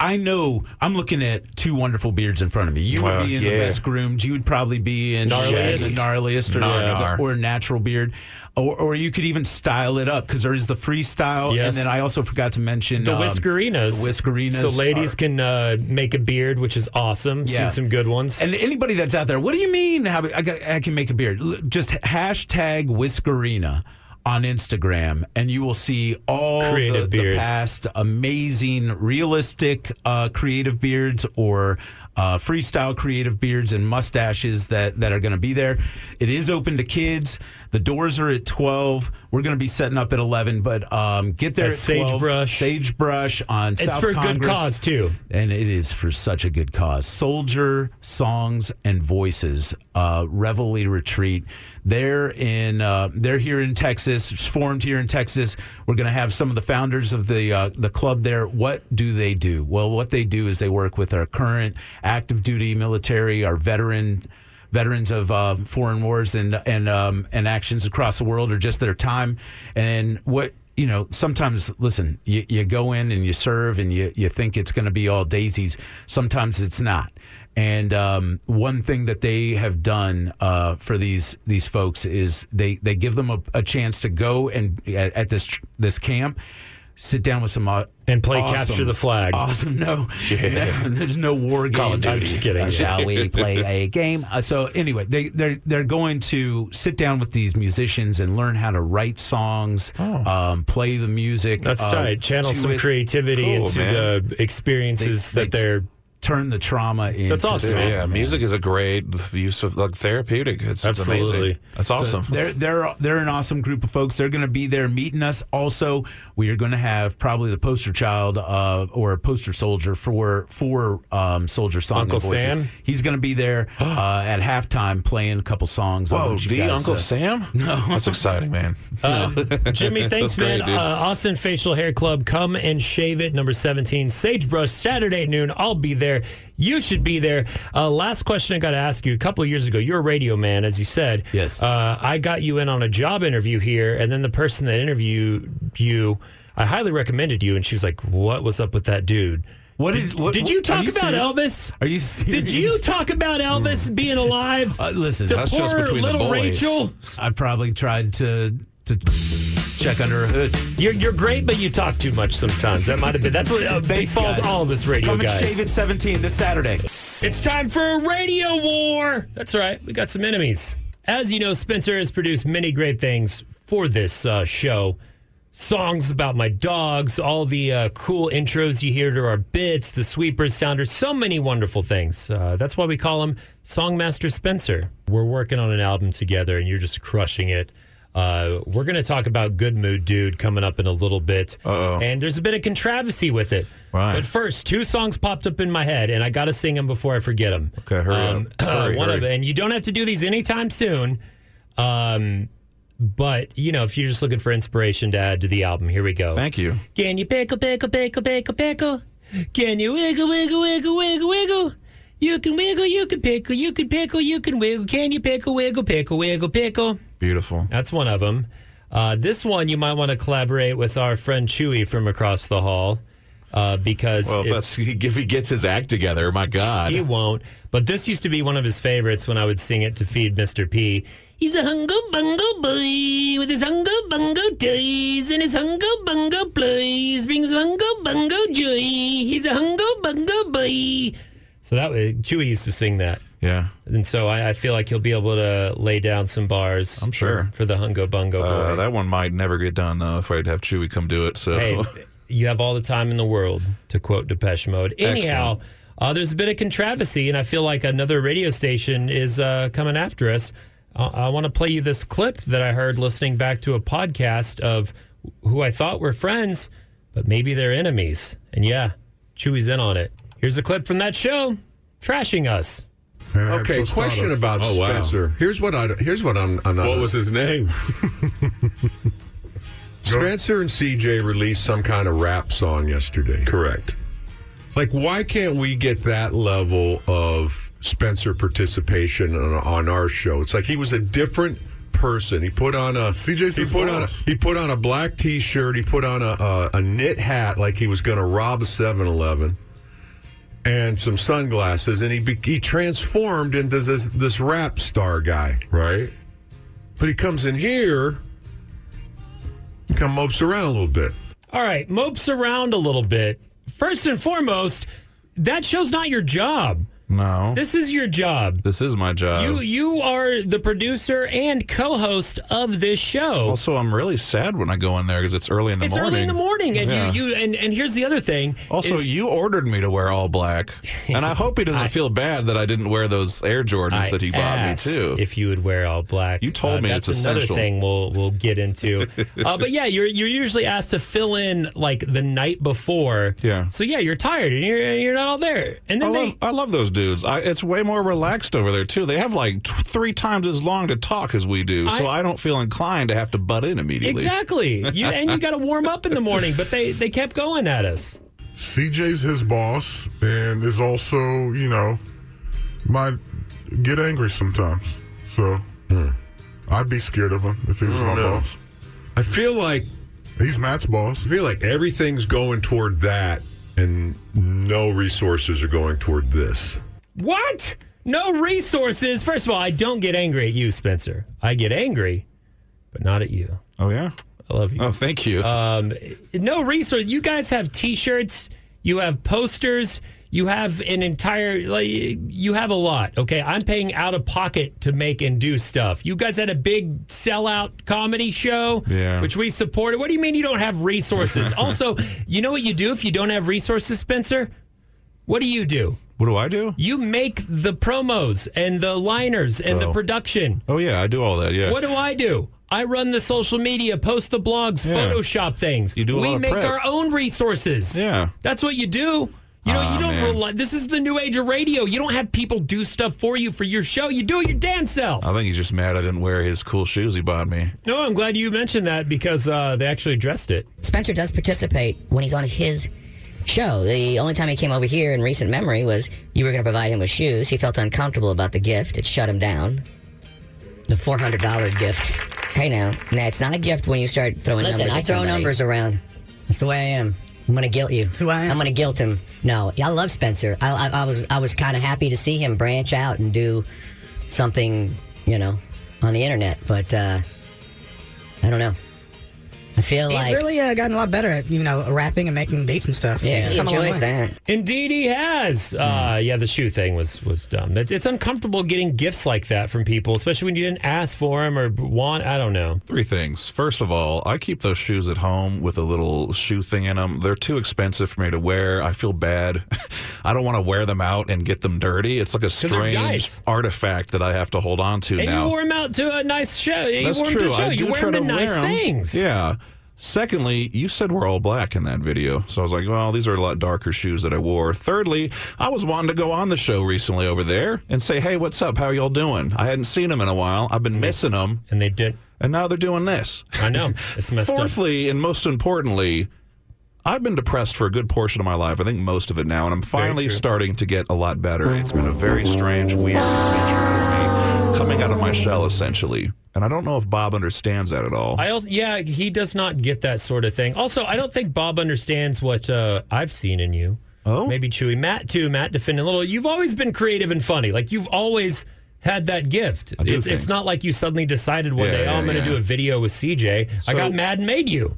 S11: I know I'm looking at two wonderful beards in front of me. You
S3: Well,
S11: would be in the
S3: yeah.
S11: best groomed. You would probably be in
S2: Gnarliest.
S11: the gnarliest or,
S3: Gnar.
S11: or natural beard, or, or you could even style it up because there is the freestyle,
S2: Yes.
S11: and then I also forgot to mention
S2: The
S11: um,
S2: whiskerinas.
S11: the whiskerinas.
S2: So ladies
S11: are-
S2: can uh, make a beard, which is awesome.
S11: Yeah.
S2: Seen some good ones.
S11: And anybody that's out there, what do you mean? How I, got, I can make a beard? L- Just hashtag Whiskerina on Instagram, and you will see all
S2: Creative
S11: the, the
S2: beards.
S11: past amazing, realistic, uh, creative beards or uh, freestyle creative beards and mustaches that that are going to be there. It is open to kids. The doors are at twelve. We're going to be setting up at eleven, but um, get there
S2: At
S11: at 12,
S2: Sagebrush.
S11: Sagebrush on
S2: it's
S11: South
S2: for a good
S11: Congress
S2: cause too.
S11: and it is for such a good cause. Soldier Songs and Voices, uh, Reveille Retreat. They're in. Uh, they're here in Texas. It's formed here in Texas. We're going to have some of the founders of the uh, the club there. What do they do? Well, what they do is they work with our current active duty military, our veteran veterans of uh, foreign wars and and um, and actions across the world, or just their time. And what you know, sometimes listen, you, you go in and you serve, and you you think it's going to be all daisies. Sometimes it's not. And um, one thing that they have done uh, for these these folks is they they give them a, a chance to go and at, at this tr- this camp. Sit down with some uh, au-
S2: And play
S11: awesome-
S2: Capture the (laughs) Flag.
S11: Awesome, no, there's no war game.
S2: of Duty. I'm just kidding.
S11: Uh, shall we play a game? Uh, so anyway, they they're they're going to sit down with these musicians and learn how to write songs, um, play the music.
S2: Oh. That's
S11: uh,
S2: right. Channel
S11: to
S2: some
S11: it.
S2: creativity
S3: Cool,
S2: into
S3: man.
S2: the experiences
S11: They-
S2: that
S11: they- (laughs)
S2: they're
S11: turn the trauma into.
S2: That's awesome, man.
S3: yeah, music is a great use of like therapeutic. It's, it's
S2: Absolutely.
S3: amazing. That's awesome.
S11: They're they're they're an awesome group of folks. They're going to be there meeting us. Also, we are going to have probably the poster child uh, or a poster soldier for for um, Soldier Song
S2: Uncle
S11: and Voices.
S2: Sam?
S11: He's going to
S2: (gasps)
S11: be there uh, at halftime playing a couple songs. I
S3: Whoa,
S11: want you
S3: the
S11: guys,
S3: Uncle
S2: (laughs)
S11: uh,
S3: Sam? No, that's exciting, man.
S2: Jimmy, thanks,
S3: That's great,
S2: man.
S3: dude.
S2: uh, Austin Facial Hair Club, come and shave it. Number 17, Sagebrush, Saturday noon. I'll be there. You should be there. Uh, last question I got to ask you. A couple of years ago, you're a radio man, as you said.
S11: Yes.
S2: Uh, I got you in on a job interview here, and then the person that interviewed you, I highly recommended you, and she was like, "What was up with that dude?"
S11: What did what,
S2: Did you
S11: what- are
S2: talk about
S11: serious?
S2: Elvis?
S11: Are you serious?
S2: Did you talk about Elvis being alive?
S11: Uh, listen,
S2: to
S3: that's
S2: poor
S3: just between the
S2: little
S3: boys.
S2: Rachel.
S11: I probably tried to to check under a hood.
S2: You're, you're great, but you talk too much sometimes. That might have been. That's what uh,
S11: Thanks,
S2: befalls
S11: guys.
S2: all of us radio
S11: Come and
S2: guys.
S11: shave it 17 this Saturday.
S2: It's time for a radio war. That's right. We got some enemies. As you know, Spencer has produced many great things for this uh, show. Songs about my dogs, all the uh, cool intros you hear to our bits, the sweepers, sounders, so many wonderful things. Uh, that's why we call him Songmaster Spencer. We're working on an album together, and you're just crushing it. Uh, we're going to talk about Good Mood Dude coming up in a little bit.
S3: Uh-oh.
S2: And there's a bit of controversy with it.
S3: Right.
S2: But first, two songs popped up in my head, and I got to sing them before I forget them.
S3: Okay,
S2: (clears throat)
S3: hurry up. Hurry,
S2: Um, uh, one of
S3: hurry.
S2: and you don't have to do these anytime soon. Um, but you know, if you're just looking for inspiration to add to the album, here we go.
S3: Thank you.
S2: Can you pickle, pickle, pickle, pickle, pickle? Can you wiggle, wiggle, wiggle, wiggle, wiggle? You can wiggle, you can pickle, you can pickle, you can wiggle. Can you pickle, wiggle, pickle, wiggle, pickle?
S3: Beautiful.
S2: That's one of them. Uh, this one you might want to collaborate with our friend Chewy from across the hall uh, because
S3: Well, if,
S2: it's-
S3: that's, (laughs) if he gets his act together, my God.
S2: he won't. But this used to be one of his favorites when I would sing it to feed Mr. P. He's a hungo bungo boy with his hungo bungo toys and his hungo bungo plays brings hungo bungo joy. He's a hungo bungo boy. So that way, Chewy used to sing that.
S3: yeah.
S2: And so I, I feel like he'll be able to lay down some bars.
S3: I'm sure.
S2: For, for the hungo bungo boy.
S3: Uh, that one might never get done, though, if I'd have Chewy come do it. So, (laughs)
S2: hey, you have all the time in the world to quote Depeche Mode. Anyhow, uh, there's a bit of controversy, and I feel like another radio station is uh, coming after us. I, I want to play you this clip that I heard listening back to a podcast of who I thought were friends, but maybe they're enemies. And yeah, Chewy's in on it. Here's a clip from that show, trashing us.
S9: Okay, question about Spencer. Here's what I here's what I'm. I'm not what was his name? Spencer and CJ released some kind of rap song yesterday. Correct. Like, why can't we get that level of Spencer participation on, on our show? It's like he was a different person. He put on a CJ. He put on a, he put on a black T-shirt. He put on a a, a knit hat, like he was going to rob a 7-Eleven and some sunglasses, and he be- he transformed into this this rap star guy, right? But he comes in here, kind of mopes around a little bit.
S2: All right, mopes around a little bit. First and foremost, that show's not your job.
S3: no. This,
S2: This is your job.
S3: is my job.
S2: You you are the producer and co-host of this show.
S3: also, I'm really sad when I go in there because it's early in the
S2: It's
S3: morning.
S2: early in the morning, and
S3: Yeah.
S2: you you and and here's the other thing.
S3: Also,
S2: is-
S3: you ordered me to wear all
S2: (laughs)
S3: black, and I hope he doesn't feel bad that I didn't wear those Air Jordans
S2: I
S3: that he bought me
S2: asked
S3: too.
S2: If you would wear all black, Uh,
S3: You told me
S2: that's
S3: it's
S2: another
S3: essential.
S2: thing we'll we'll get
S3: (laughs)
S2: into. uh, but yeah, you're you're usually asked to fill in like the night before.
S3: Yeah. Oh,
S2: So yeah, you're tired and you're you're not all there, and
S3: I
S2: then
S3: love,
S2: they.
S3: I love those dudes. I, it's way more relaxed over there too. They have like t- three times as long to talk as we do, so
S2: I-
S3: I don't feel inclined to have to butt in immediately.
S2: Exactly. You, and you got to warm up in the morning, but they, they kept going at us.
S9: CJ's his boss, and is also you know might get angry sometimes. So I'd be scared of him if he was my boss. I feel like he's Matt's boss. I feel like everything's going toward that, and no resources are going toward this.
S2: What? No resources. First of all, I don't get angry at you, Spencer. I get angry, but not at you.
S3: Oh yeah.
S2: I love you.
S3: Oh, thank you.
S2: Um, no resource. You guys have T-shirts. You have posters. You have an entire. Like, you have a lot. Okay, I'm paying out of pocket to make and do stuff. You guys had a big sellout comedy show,
S3: Yeah.
S2: which we supported. What do you mean you don't have resources? also, you know what you do if you don't have resources, Spencer? What do you do?
S3: What do I do?
S2: You make the promos and the liners and the
S3: Oh.
S2: production.
S3: Oh yeah, I do all that. Yeah.
S2: What do I do? I run the social media, post the blogs,
S3: Yeah.
S2: Photoshop things.
S3: You do a
S2: we
S3: lot of
S2: make
S3: prep.
S2: our own resources.
S3: Yeah.
S2: That's what you do. You know,
S3: Ah,
S2: you don't
S3: man.
S2: rely. This is the new age of radio. You don't have people do stuff for you for your show. You do it your damn self.
S3: I think he's just mad I didn't wear his cool shoes he bought me.
S2: No, I'm glad you mentioned that because uh, they actually addressed it.
S12: Spencer does participate when he's on his show. The only time he came over here in recent memory was you were going to provide him with shoes. He felt uncomfortable about the gift. It shut him down. The four hundred dollar gift. Hey now, now it's not a gift when you start throwing
S13: Listen,
S12: numbers.
S13: I
S12: at
S13: throw
S12: somebody.
S13: numbers around. That's the way I am. I'm gonna guilt you. That's who I am. I'm gonna guilt him. No, I love Spencer. I, I, I was I was kind of happy to see him branch out and do something, you know, on the internet. But uh, I don't know. I feel
S14: He's
S13: like
S14: really uh, gotten a lot better at you know rapping and making beats and stuff. He's come a long way.
S2: Indeed, he has. Uh,
S3: Hmm.
S2: yeah, the shoe thing was was dumb. It's, it's uncomfortable getting gifts like that from people, especially when you didn't ask for them or want. I don't know.
S3: Three things. First of all, I keep those shoes at home with a little shoe thing in them. They're too expensive for me to wear. I feel bad. (laughs) I don't want to wear them out and get them dirty. It's like a
S2: they're
S3: strange
S2: nice.
S3: artifact that I have to hold on to
S2: And
S3: now.
S2: you wore him out to a nice show. You
S3: That's
S2: wore 'em to
S3: true.
S2: a show.
S3: I do
S2: you wear
S3: try
S2: him to
S3: to
S2: nice
S3: wear 'em.
S2: things.
S3: Yeah. Secondly, you said we're all black in that video. So I was like, well, these are a lot darker shoes that I wore. Thirdly, I was wanting to go on the show recently over there and say, hey, what's up? How are y'all doing? I hadn't seen them in a while. I've been missing them.
S2: And they did.
S3: And now they're doing this.
S2: I know. It's messed up.
S3: Fourthly, and most importantly, I've been depressed for a good portion of my life. I think most of it now, and I'm finally starting to get a lot better. It's been a very strange, weird adventure for me, coming out of my shell essentially. And I don't know if Bob understands that at all.
S2: I also yeah, he does not get that sort of thing. Also, I don't think Bob understands what uh, I've seen in you.
S3: Oh,
S2: maybe Chewy, Matt too. Matt defending little. You've always been creative and funny. Like you've always had that gift.
S3: do
S2: It's,
S3: things.
S2: it's not like you suddenly decided one
S3: Yeah,
S2: day, oh,
S3: yeah,
S2: I'm going to
S3: yeah.
S2: do a video with CJ. I
S3: So-
S2: got mad and made you.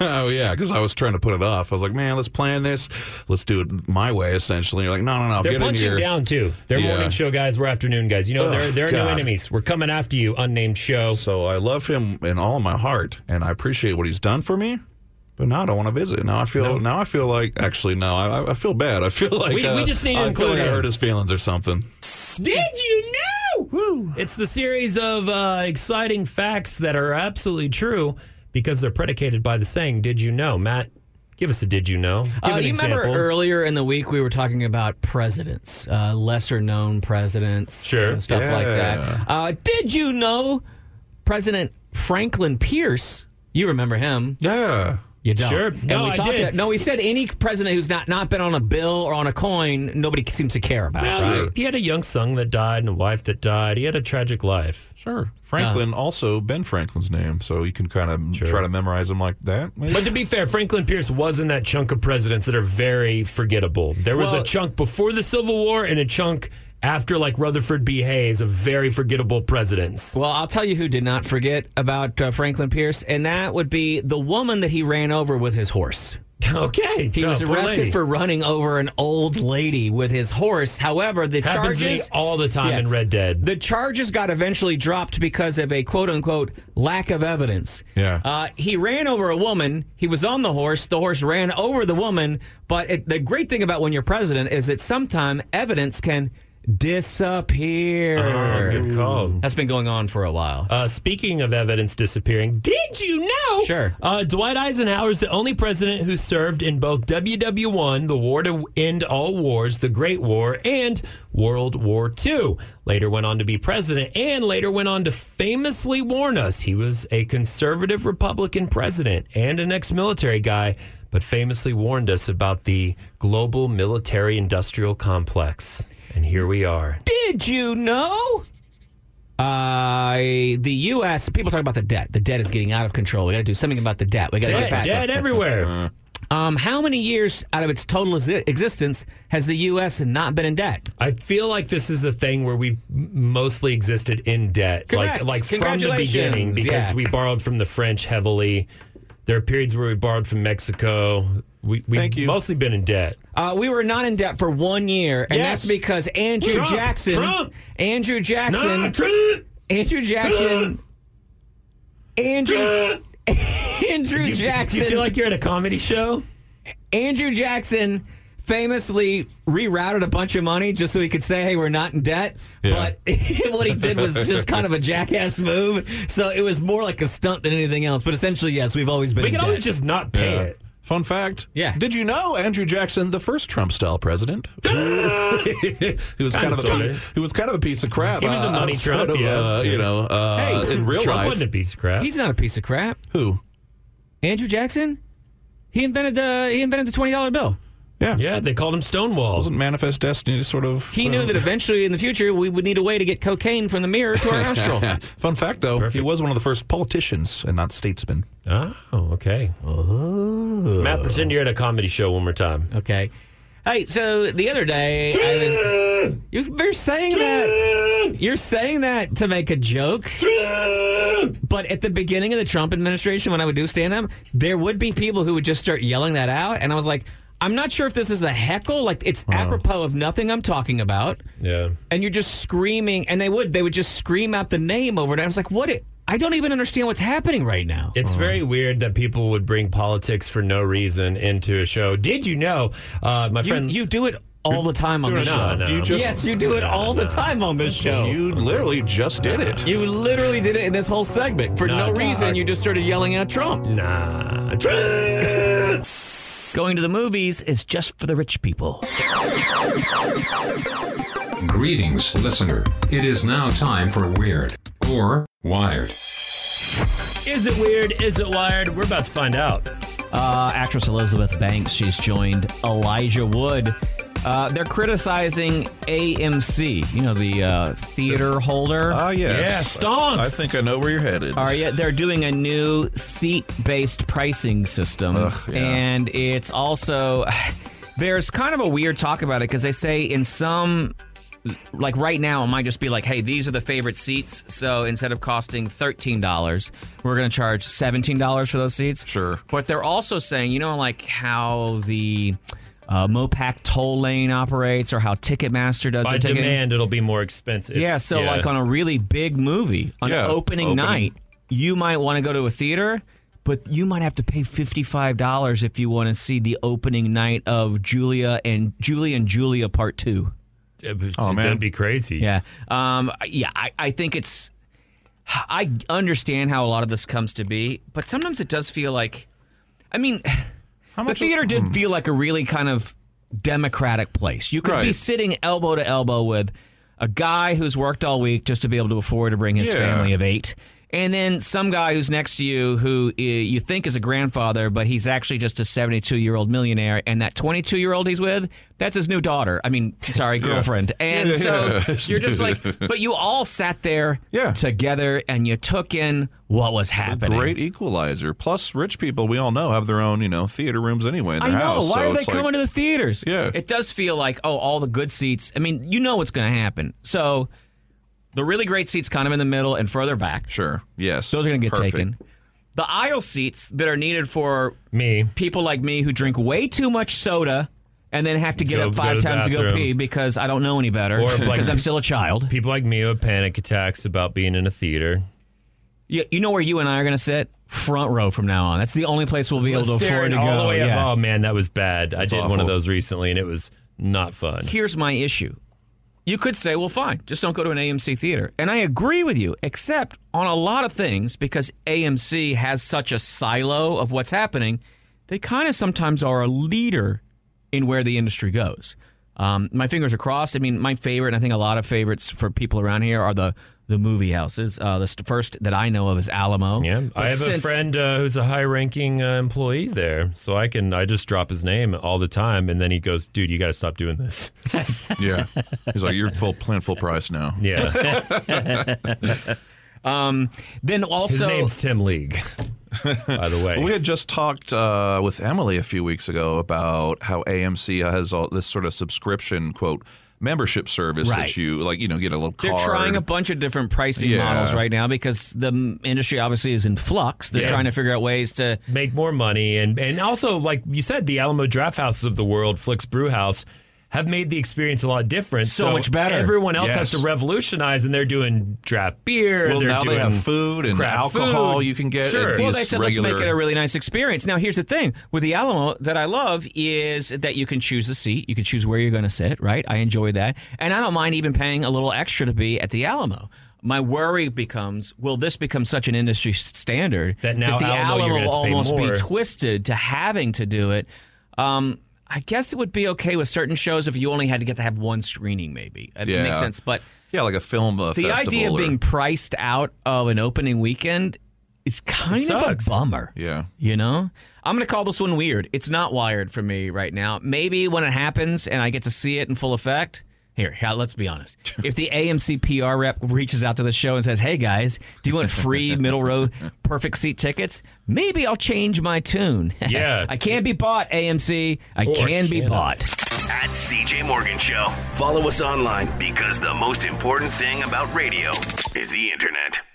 S3: oh yeah, because I was trying to put it off. I was like, man, let's plan this. Let's do it my way. Essentially, you're like, no, no, no.
S2: They're
S3: get
S2: punching
S3: in here.
S2: down too. They're
S3: Yeah.
S2: morning show guys. We're afternoon guys. You know,
S3: Ugh,
S2: they're they're no
S3: God.
S2: enemies. We're coming after you, unnamed show.
S3: So I love him in all my heart, and I appreciate what he's done for me. But now I don't want to visit. Now I feel. Now I feel like actually no. I, I- I feel bad. I feel (laughs) like
S2: We- we
S3: uh,
S2: just need to
S3: I
S2: include
S3: feel like I
S2: him.
S3: hurt his feelings or something.
S2: Did you know? It's the series of uh, exciting facts that are absolutely true because they're predicated by the saying "Did you know?" Matt, give us a "Did you know?" Give
S6: Uh,
S2: an
S6: you
S2: example.
S6: remember earlier in the week we were talking about presidents, uh, lesser known presidents,
S2: Sure.
S6: uh, stuff like
S2: Yeah.
S6: that. Uh, did you know President Franklin Pierce? You remember him?
S3: Yeah.
S6: You don't.
S2: Sure.
S6: And
S2: No,
S6: we
S2: I
S6: talked
S2: did.
S6: to- no, we said any president who's not, not been on a bill or on a coin, nobody seems to care about.
S2: Well,
S6: right?
S2: He had a young son that died and a wife that died. He had a tragic life.
S3: Sure. Franklin also Ben Franklin's name, so you can kind of try to memorize him like that. maybe?
S2: But to be fair, Franklin Pierce was in that chunk of presidents that are very forgettable. There was
S6: Well-
S2: a chunk before the Civil War and a chunk after, like Rutherford B. Hayes, of very forgettable presidents. (laughs)
S6: Well, I'll tell you who did not forget about uh, Franklin Pierce, and that would be the woman that he ran over with his horse.
S2: Okay,
S6: He
S2: Oh,
S6: was
S2: poor
S6: arrested
S2: lady.
S6: for running over an old lady with his horse. However, the
S2: Happens to me
S6: charges
S2: all the time in Red Dead.
S6: The charges got eventually dropped because of a quote unquote lack of evidence.
S3: Yeah.
S6: Uh, he ran over a woman. He was on the horse. The horse ran over the woman. But it, the great thing about when you're president is that sometime evidence can disappear.
S2: Oh, good call.
S6: That's been going on for a while.
S2: Uh, speaking of evidence disappearing, did you know? Sure. Uh, Dwight Eisenhower is the only president who served in both WW1, the war to end all wars, the Great War, and World War II. Later went on to be president and later went on to famously warn us he was a conservative Republican president and an ex military guy, but famously warned us about the global military industrial complex. And here we are.
S6: Did you know? Uh, the U.S. People talk about the debt. The debt is getting out of control. We got to do something about the debt. We got to
S2: Debt,
S6: get back.
S2: debt everywhere.
S6: Um, how many years out of its total exi- existence has the U.S. not been in debt?
S2: I feel like this is a thing where we've m- mostly existed in debt,
S6: Correct.
S2: like like from the
S6: Congratulations.
S2: beginning, because
S6: Yeah.
S2: we borrowed from the French heavily. There are periods where we borrowed from Mexico. We we have mostly been in debt.
S6: Uh, we were not in debt for one year, and
S2: Yes.
S6: that's because Andrew
S2: Trump,
S6: Jackson,
S2: Trump.
S6: Andrew Jackson,
S2: Nah, Trump.
S6: Andrew Jackson, Andrew, (laughs) Andrew
S2: do you,
S6: Jackson.
S2: Do you feel like you're at a comedy show?
S6: Andrew Jackson famously rerouted a bunch of money just so he could say, "Hey, we're not in debt." But (laughs) what he did
S2: (laughs)
S6: was just kind of a jackass move. So it was more like a stunt than anything else. But essentially, yes, we've always been.
S2: We
S6: in
S2: can
S6: debt.
S2: always just not pay
S3: Yeah.
S2: it.
S3: Fun fact.
S6: Yeah.
S3: Did you know Andrew Jackson, the first
S2: (laughs)
S3: Trump-style president, he was kind
S2: Kinda
S3: of a,
S2: sorta.
S3: he was kind of a piece of crap.
S2: He was a
S3: uh,
S2: money
S3: outside
S2: Trump,
S3: of,
S2: yeah.
S3: uh, you know, uh,
S6: Hey,
S3: in real
S6: Trump
S3: life,
S6: wasn't a
S2: piece of crap.
S6: He's not a piece of crap.
S3: Who?
S6: Andrew Jackson. He invented the he invented the twenty dollar bill.
S3: Yeah,
S2: yeah. They called him Stonewall.
S3: Wasn't manifest destiny sort of? uh,
S6: He knew that eventually in the future we would need a way to get cocaine from the mirror to our nostril.
S3: Fun fact, though, he was one of the first politicians and not statesmen.
S2: Oh, okay. Matt, pretend you're at a comedy show one more time.
S6: Okay. Hey, so the other day, I was, you're saying that you're saying that to make a joke. But at the beginning of the Trump administration, when I would do stand up, there would be people who would just start yelling that out, and I was like, I'm not sure if this is a heckle. Like it's apropos of nothing I'm talking about.
S2: Yeah.
S6: And you're just screaming, and they would they would just scream out the name over it. I was like, what? It, I don't even understand what's happening right now.
S2: It's very weird that people would bring politics for no reason into a show. Did you know, uh, my
S6: You-
S2: friend?
S6: you do it all the time on
S2: No,
S6: this show.
S2: No, no.
S6: You just- Yes, you do it all the time on this show.
S3: You literally just did it.
S6: You literally did it in this whole segment for
S2: Nah,
S6: no
S2: dog.
S6: reason. You just started yelling out Trump.
S2: Nah.
S6: Going to the movies is just for the rich people.
S15: Greetings, listener. It is now time for Weird or Wired.
S2: (laughs) Is it weird? Is it wired? We're about to find out.
S6: Uh, actress Elizabeth Banks, she's joined Elijah Wood. Uh, they're criticizing AMC, you know, the uh, theater holder.
S3: Oh, yes. Yeah, stonks. I think I know where you're headed.
S6: Are you? They're doing a new seat-based pricing system, and it's also there's kind of a weird talk about it because they say in some. Like right now, it might just be like, "Hey, these are the favorite seats." So instead of costing thirteen dollars, we're going to charge seventeen dollars for those seats. Sure. But they're also saying, you know, like how the uh, Mopac toll lane operates, or how Ticketmaster does
S2: By
S6: their ticketing.
S2: demand, it'll be more expensive.
S6: yeah.
S2: It's-
S6: So like on a really big movie, on
S2: Yeah,
S6: opening,
S2: opening.
S6: night, you might want to go to a theater, but you might have to pay fifty-five dollars if you want to see the opening night of Julia and Julia and Julia Part Two.
S2: Oh, man. that'd be crazy.
S6: Yeah. Um, yeah. I, I think it's. I understand how a lot of this comes to be, but sometimes it does feel like. I mean, (sighs) the theater
S2: hmm.
S6: did feel like a really kind of democratic place. You could be
S2: Right.
S6: sitting elbow to elbow with a guy who's worked all week just to be able to afford to bring his
S2: Yeah.
S6: family of eight. And then some guy who's next to you who uh, you think is a grandfather, but he's actually just a 72 year old millionaire. And that 22 year old he's with, that's his new daughter. I mean, sorry, girlfriend. And
S2: Yeah,
S6: so
S2: yeah.
S6: you're just like, but you all sat there together and you took in what was happening.
S3: Great equalizer. Plus, rich people we all know have their own, you know, theater rooms anyway in
S6: I
S3: their
S6: know.
S3: house.
S6: Why
S3: so
S6: are they
S3: it's like-
S6: coming to the theaters? Yeah. It does feel like, oh, all the good seats. I mean, you know what's going to happen. So the really great seats kind of in the middle and further back.
S3: Sure. Yes.
S6: Those are going to get
S3: Perfect.
S6: taken. The aisle seats that are needed for me, people like me who drink way too much soda and then have to get
S2: Go-
S6: up
S2: go
S6: five
S2: to the
S6: times to go
S2: bathroom.
S6: pee because I don't know any better
S2: Or like-
S6: (laughs) because I'm still a child.
S2: People like me who have panic attacks about being in a theater.
S6: You, you know where you and I are going to sit? Front row from now on. That's the only place we'll be able to afford
S2: Staring
S6: to go.
S2: all the way up.
S6: Yeah.
S2: Oh man, that was bad. I
S6: It's
S2: did one
S6: awful.
S2: of those recently, and it was not fun.
S6: Here's my issue. You could say, well, fine, just don't go to an AMC theater. And I agree with you, except on a lot of things, because AMC has such a silo of what's happening, they kind of sometimes are a leader in where the industry goes. Um, my fingers are crossed. I mean, my favorite, and I think a lot of favorites for people around here, are the the movie houses. Uh, the st- first that I know of is Alamo. Yeah,
S2: I have a friend uh, who's a high-ranking uh, employee there, so I can I just drop his name all the time, and then he goes, "Dude, you got to stop doing
S3: (laughs)
S2: this."
S3: yeah. He's like,
S6: (laughs)
S3: you're full, plant full price now.
S2: (laughs) Yeah.
S6: um, then also,
S2: name's Tim League.
S3: (laughs)
S2: By the way,
S3: we had just talked uh, with Emily a few weeks ago about how AMC has all this sort of subscription quote membership service
S6: Right.
S3: that you like, you know, get a little
S6: They're
S3: card.
S6: trying a bunch of different pricing
S3: Yeah.
S6: models right now because the m- industry obviously is in flux. They're
S2: Yeah.
S6: trying to figure out ways to
S2: make more money, and and also like you said, the Alamo Draft Houses of the world, Flicks Brew House, have made the experience a lot different.
S11: So much better.
S2: Everyone else has
S11: Yes.
S2: to revolutionize, and they're doing draft beer.
S3: Well,
S2: they're
S3: now they
S2: doing
S3: have food and
S2: craft
S3: alcohol
S2: food.
S3: you can get
S2: Sure.
S3: at
S6: Well,
S3: these
S6: they said
S3: regular.
S6: let's make it a really nice experience. Now, here's the thing with the Alamo that I love is that you can choose the seat, you can choose where you're going to sit. Right? I enjoy that, and I don't mind even paying a little extra to be at the Alamo. My worry becomes: Will this become such an industry s- standard that
S2: now
S6: the
S2: Alamo, you're gonna
S6: will
S2: have to pay
S6: almost
S2: more.
S6: be twisted to having to do it? Um, I guess it would be okay with certain shows if you only had to get to have one screening, maybe. It
S3: Yeah.
S6: makes sense, but
S3: yeah, like a film. uh,
S6: the
S3: festival
S6: idea of
S3: or-
S6: being priced out of an opening weekend is kind
S3: It
S6: of a
S3: sucks.
S6: bummer.
S3: Yeah.
S6: You know? I'm going to call this one weird. It's not wired for me right now. Maybe when it happens and I get to see it in full effect. Here, yeah, let's be
S3: (laughs)
S6: honest. If the AMC PR rep reaches out to the show and says, "Hey guys, do you want
S3: (laughs)
S6: free middle row perfect seat tickets?" Maybe I'll change my tune. (laughs)
S7: Yeah.
S6: I can't be bought, AMC. I
S7: Or
S6: can be
S7: cannot.
S6: bought.
S7: At CJ Morgan Show. Follow us online because the most important thing about radio is the internet.